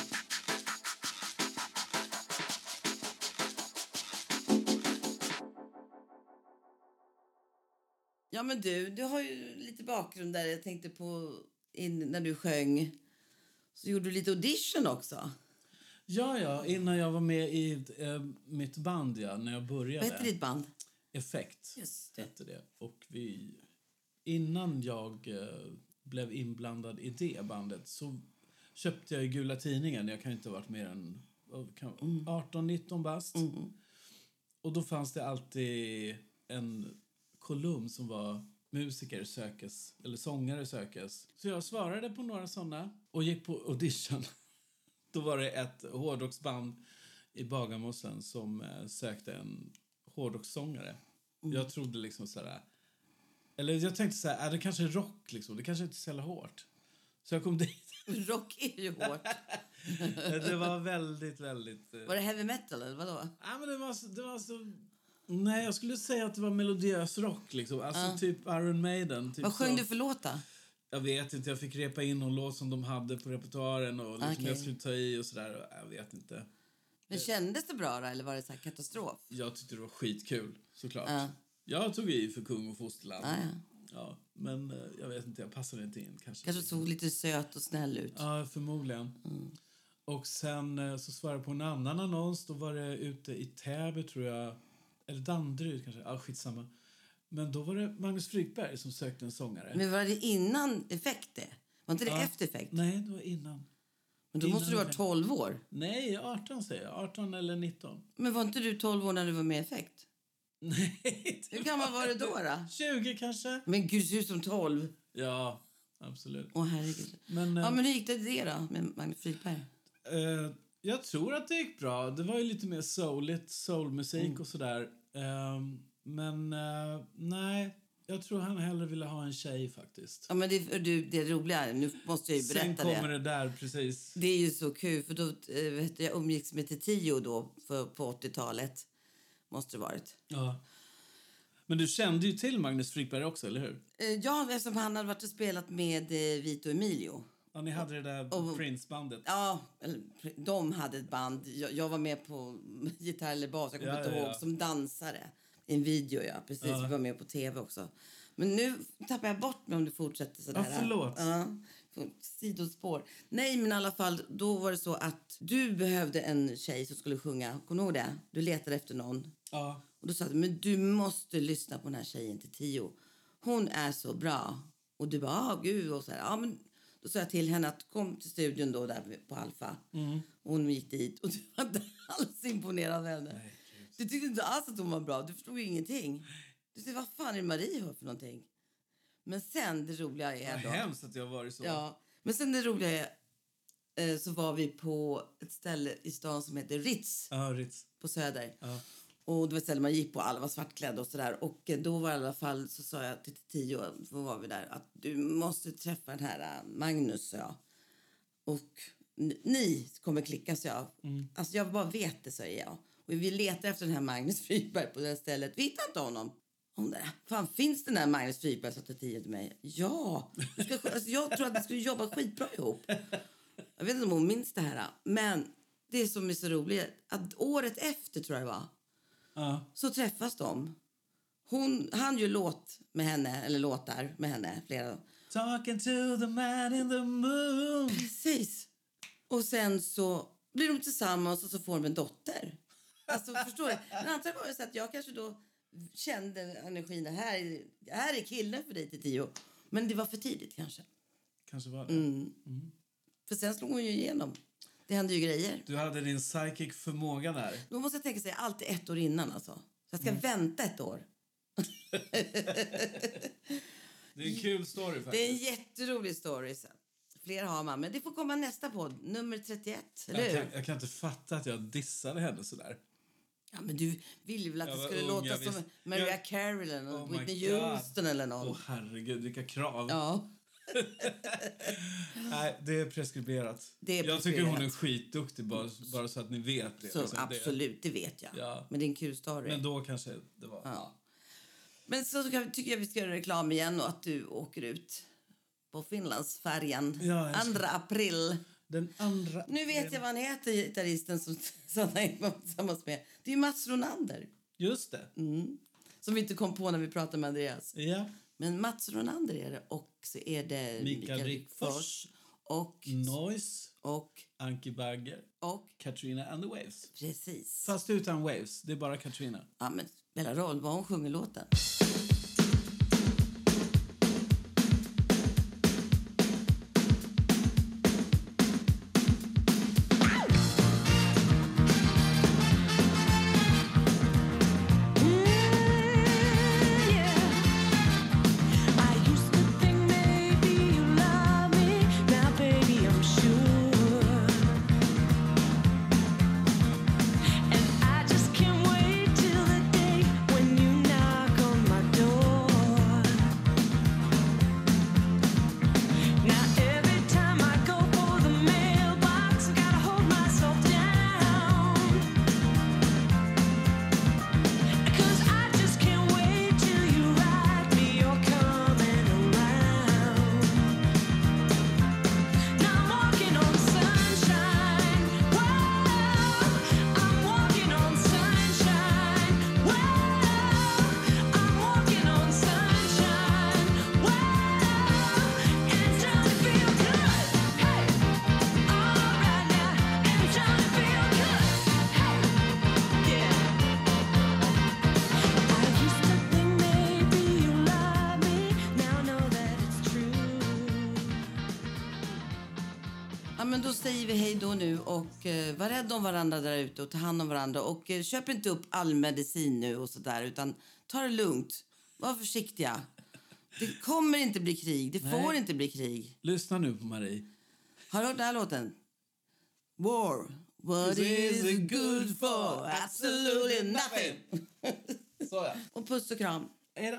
[SPEAKER 2] Ja, men du, du har ju lite bakgrund där. Jag tänkte på in, när du sjöng. Så gjorde du lite audition också.
[SPEAKER 1] Ja, ja, innan jag var med i eh, mitt band ja, när jag
[SPEAKER 2] Vad hette
[SPEAKER 1] började.
[SPEAKER 2] ditt band?
[SPEAKER 1] Effekt
[SPEAKER 2] Just det.
[SPEAKER 1] hette det. Och vi, innan jag eh, blev inblandad i det bandet så köpte jag ju Gula Tidningen. Jag kan inte ha varit mer än
[SPEAKER 2] Mm.
[SPEAKER 1] 18-19 bast. Och då fanns det alltid en kolumn som var musiker sökes, eller sångare sökes. Så jag svarade på några såna och gick på audition. Då var det ett hårdrocksband i Bagarmossen som eh, sökte en hårdrockssångare.
[SPEAKER 2] Mm.
[SPEAKER 1] Jag trodde liksom så här... Eller jag tänkte så här, äh, det kanske är rock liksom, det kanske inte är så jävla hårt. Så jag kom dit.
[SPEAKER 2] Rock är ju hårt.
[SPEAKER 1] det var väldigt, väldigt... eh,
[SPEAKER 2] Var det heavy metal eller vadå?
[SPEAKER 1] Ja, men det var, så, det var så... Nej, jag skulle säga att det var melodiös rock. Liksom. Alltså typ Iron Maiden. Typ
[SPEAKER 2] Vad sjöng
[SPEAKER 1] så.
[SPEAKER 2] du för låt då?
[SPEAKER 1] Jag vet inte, jag fick repa in någon låt som de hade på repertoaren och liksom
[SPEAKER 2] Ah, Okej.
[SPEAKER 1] jag skulle ta i och sådär. Jag vet inte.
[SPEAKER 2] Men
[SPEAKER 1] Eh.
[SPEAKER 2] kändes det bra då, eller var det så här katastrof?
[SPEAKER 1] Jag tyckte det var skitkul, såklart.
[SPEAKER 2] Ja.
[SPEAKER 1] Jag tog i för kung och fosterland.
[SPEAKER 2] Ja, ja.
[SPEAKER 1] Ja, men eh, jag vet inte, jag passade inte in kanske.
[SPEAKER 2] Kanske Mm. såg lite söt och snäll ut.
[SPEAKER 1] Ja, förmodligen. Och sen eh, så svarade jag på en annan annons. Då var det ute i Täby, tror jag. Eller Danderyd kanske. Ah, skitsamma. Men då var det Magnus Frykberg som sökte en sångare.
[SPEAKER 2] Men var det innan effekt det? Var inte det efter effekt?
[SPEAKER 1] Nej, det var innan.
[SPEAKER 2] Men då måste du
[SPEAKER 1] innan
[SPEAKER 2] vara 12 år.
[SPEAKER 1] Nej, 18 säger jag. 18 eller 19.
[SPEAKER 2] Men var inte du 12 år när du var med i effekt?
[SPEAKER 1] Nej, det
[SPEAKER 2] Hur gammal var du då? då?
[SPEAKER 1] 20 kanske?
[SPEAKER 2] Men gud, du ser ut som 12.
[SPEAKER 1] Ja, absolut.
[SPEAKER 2] Åh herregud.
[SPEAKER 1] Men, eh,
[SPEAKER 2] Ja, men hur gick det till det då med Magnus Frykberg?
[SPEAKER 1] Eh, jag tror att det gick bra. Det var ju lite mer souligt, soulmusik
[SPEAKER 2] Mm.
[SPEAKER 1] och sådär. Ehm, men eh, nej, jag tror han hellre ville ha en tjej faktiskt.
[SPEAKER 2] Ja, men det, är- du, det är roliga, nu måste jag ju
[SPEAKER 1] Sen
[SPEAKER 2] berätta
[SPEAKER 1] kommer
[SPEAKER 2] det.
[SPEAKER 1] det där, precis.
[SPEAKER 2] Det är ju så kul, för då eh, vet du, jag umgicks med Tio då för, på 80-talet. Måste det varit.
[SPEAKER 1] Ja. Men du kände ju till Magnus Frykberg också, eller hur?
[SPEAKER 2] Eh, Ja, eftersom han hade varit och spelat med eh, Vito Emilio.
[SPEAKER 1] Ja, ni hade det där
[SPEAKER 2] och-
[SPEAKER 1] Prince-bandet.
[SPEAKER 2] Ja, eller, de hade ett band. Jag, jag var med på gitarr eller bas, jag kommer
[SPEAKER 1] Ja,
[SPEAKER 2] inte
[SPEAKER 1] ja,
[SPEAKER 2] ihåg,
[SPEAKER 1] ja.
[SPEAKER 2] som dansare. I en video, ja. Precis. Vi var med på tv också. Men nu tappar jag bort mig om du fortsätter sådär.
[SPEAKER 1] Ja, förlåt.
[SPEAKER 2] Ja, för- sidospår. Nej, men i alla fall, då var det så att du behövde en tjej som skulle sjunga. Kommer du ihåg det? Du letade efter någon.
[SPEAKER 1] Ja.
[SPEAKER 2] Och då sa du, men du måste lyssna på den här tjejen till tio. Hon är så bra. Och du bara, ah, gud. Och så här, ja, men Då sa jag till henne att kom till studion då där på Alfa. Och hon gick dit och du var inte alls imponerad av henne. du tyckte inte alls att hon var bra. Du förstod ju ingenting. Du tyckte, vad fan är det Marie hör för någonting? Men sen, det roliga är
[SPEAKER 1] Vad
[SPEAKER 2] då...
[SPEAKER 1] hemskt att jag har varit så.
[SPEAKER 2] Ja, men sen det roliga är, eh, så var vi på ett ställe i stan som heter Ritz
[SPEAKER 1] Ja, Ritz.
[SPEAKER 2] på Söder.
[SPEAKER 1] Ja.
[SPEAKER 2] Och det var ett ställe man gick på, alla var svartklädda och sådär. Och eh, då var i alla fall, så sa jag till tio, då var vi där, att du måste träffa den här eh, Magnus, sa jag. Och ni- ni kommer klicka, sa jag. Alltså jag bara vet det, säger jag. Och vi letar efter den här Magnus Friberg på det här stället. Vi hittar inte honom. Hon där, fan finns den där Magnus Friberg, sa Tio till mig. Ja, du ska, alltså jag tror att vi skulle jobba skitbra ihop. Jag vet inte om hon minns det här, men det som är så roligt att året efter tror jag det var,
[SPEAKER 1] Ja.
[SPEAKER 2] så träffas de. Hon, han gör låt med henne, eller låtar med henne, flera.
[SPEAKER 1] Talking to the man in the moon.
[SPEAKER 2] Precis. Och sen så blir de tillsammans och så får de en dotter. Alltså, förstår du? Men antagligen var det så att jag kanske då kände energin, det här, är- det här är killen för dig till tio. Men det var för tidigt kanske.
[SPEAKER 1] Kanske var det.
[SPEAKER 2] Mm. För sen slog hon ju igenom. Det hände ju grejer.
[SPEAKER 1] Du hade din psychic förmåga där.
[SPEAKER 2] Då måste jag tänka sig alltid ett år innan alltså. Så jag ska
[SPEAKER 1] Mm.
[SPEAKER 2] vänta ett år.
[SPEAKER 1] Det är en kul story
[SPEAKER 2] Det är en
[SPEAKER 1] faktiskt.
[SPEAKER 2] jätterolig story. Så. Fler har man, men det får komma nästa podd. Nummer 31, eller
[SPEAKER 1] Jag
[SPEAKER 2] hur?
[SPEAKER 1] kan, jag kan inte fatta att jag dissade henne sådär.
[SPEAKER 2] Ja, men du ville väl att
[SPEAKER 1] Jag
[SPEAKER 2] det
[SPEAKER 1] var
[SPEAKER 2] skulle
[SPEAKER 1] ung,
[SPEAKER 2] låta
[SPEAKER 1] jag
[SPEAKER 2] som
[SPEAKER 1] visste.
[SPEAKER 2] Mariah
[SPEAKER 1] Jag-
[SPEAKER 2] Carey eller något,
[SPEAKER 1] Oh my
[SPEAKER 2] Whitney
[SPEAKER 1] God. Oh.
[SPEAKER 2] Houston eller någon.
[SPEAKER 1] Åh herregud, vilka krav.
[SPEAKER 2] Ja.
[SPEAKER 1] Nej, det är preskriberat.
[SPEAKER 2] Det är
[SPEAKER 1] jag tycker hon är
[SPEAKER 2] preskriberat.
[SPEAKER 1] skitduktig, bara, bara så att ni vet det.
[SPEAKER 2] Så,
[SPEAKER 1] liksom. Det-
[SPEAKER 2] absolut, det vet jag.
[SPEAKER 1] Ja.
[SPEAKER 2] Men det är en kul story.
[SPEAKER 1] Men då kanske det var...
[SPEAKER 2] ja. men så ska- tycker jag vi ska göra reklam igen och att du åker ut på Finlandsfärjan
[SPEAKER 1] Ja, jag ska-
[SPEAKER 2] 2 april.
[SPEAKER 1] Den andra...
[SPEAKER 2] Nu vet jag vad han heter, gitarristen som Sanna Ekman var tillsammans med. Det är ju Mats Ronander,
[SPEAKER 1] Just det.
[SPEAKER 2] Mm. som vi inte kom på när vi pratade med Andreas.
[SPEAKER 1] Ja.
[SPEAKER 2] Men Mats Ronander är det och så är det
[SPEAKER 1] Mikael Rickfors. Mm.
[SPEAKER 2] och,
[SPEAKER 1] Noise,
[SPEAKER 2] och,
[SPEAKER 1] Anki Bagger,
[SPEAKER 2] och
[SPEAKER 1] Katrina and the Waves.
[SPEAKER 2] precis.
[SPEAKER 1] Fast utan Waves, det är bara Katrina.
[SPEAKER 2] Ja, men det spelar roll vad hon sjunger låten.
[SPEAKER 3] I used to think maybe you love me. Now, baby, I'm sure. And I just can't wait till the day when you knock on my door. Now, every time I go for the mailbox, I gotta hold myself down. Cause I just can't wait till you ride me, you're coming around. Now I'm walking on sunshine, well, I'm walking on sunshine, well, I'm walking on sunshine, well, and it's time to feel good. Hey, alright now, and it's time to feel good. Hey, yeah. I used to think maybe you love me. Now know that it's true.
[SPEAKER 2] Ja, men då säger vi hej då nu och eh, var rädd om varandra där ute och ta hand om varandra och eh, köp inte upp all medicin nu och sådär utan ta det lugnt. Var försiktiga. Det kommer inte bli krig. Det får inte bli krig.
[SPEAKER 1] Lyssna nu på Marie.
[SPEAKER 2] Har du hört den här låten? War. What is it good for? Absolutely nothing.
[SPEAKER 1] Såja.
[SPEAKER 2] Och puss och kram.
[SPEAKER 1] Hej då.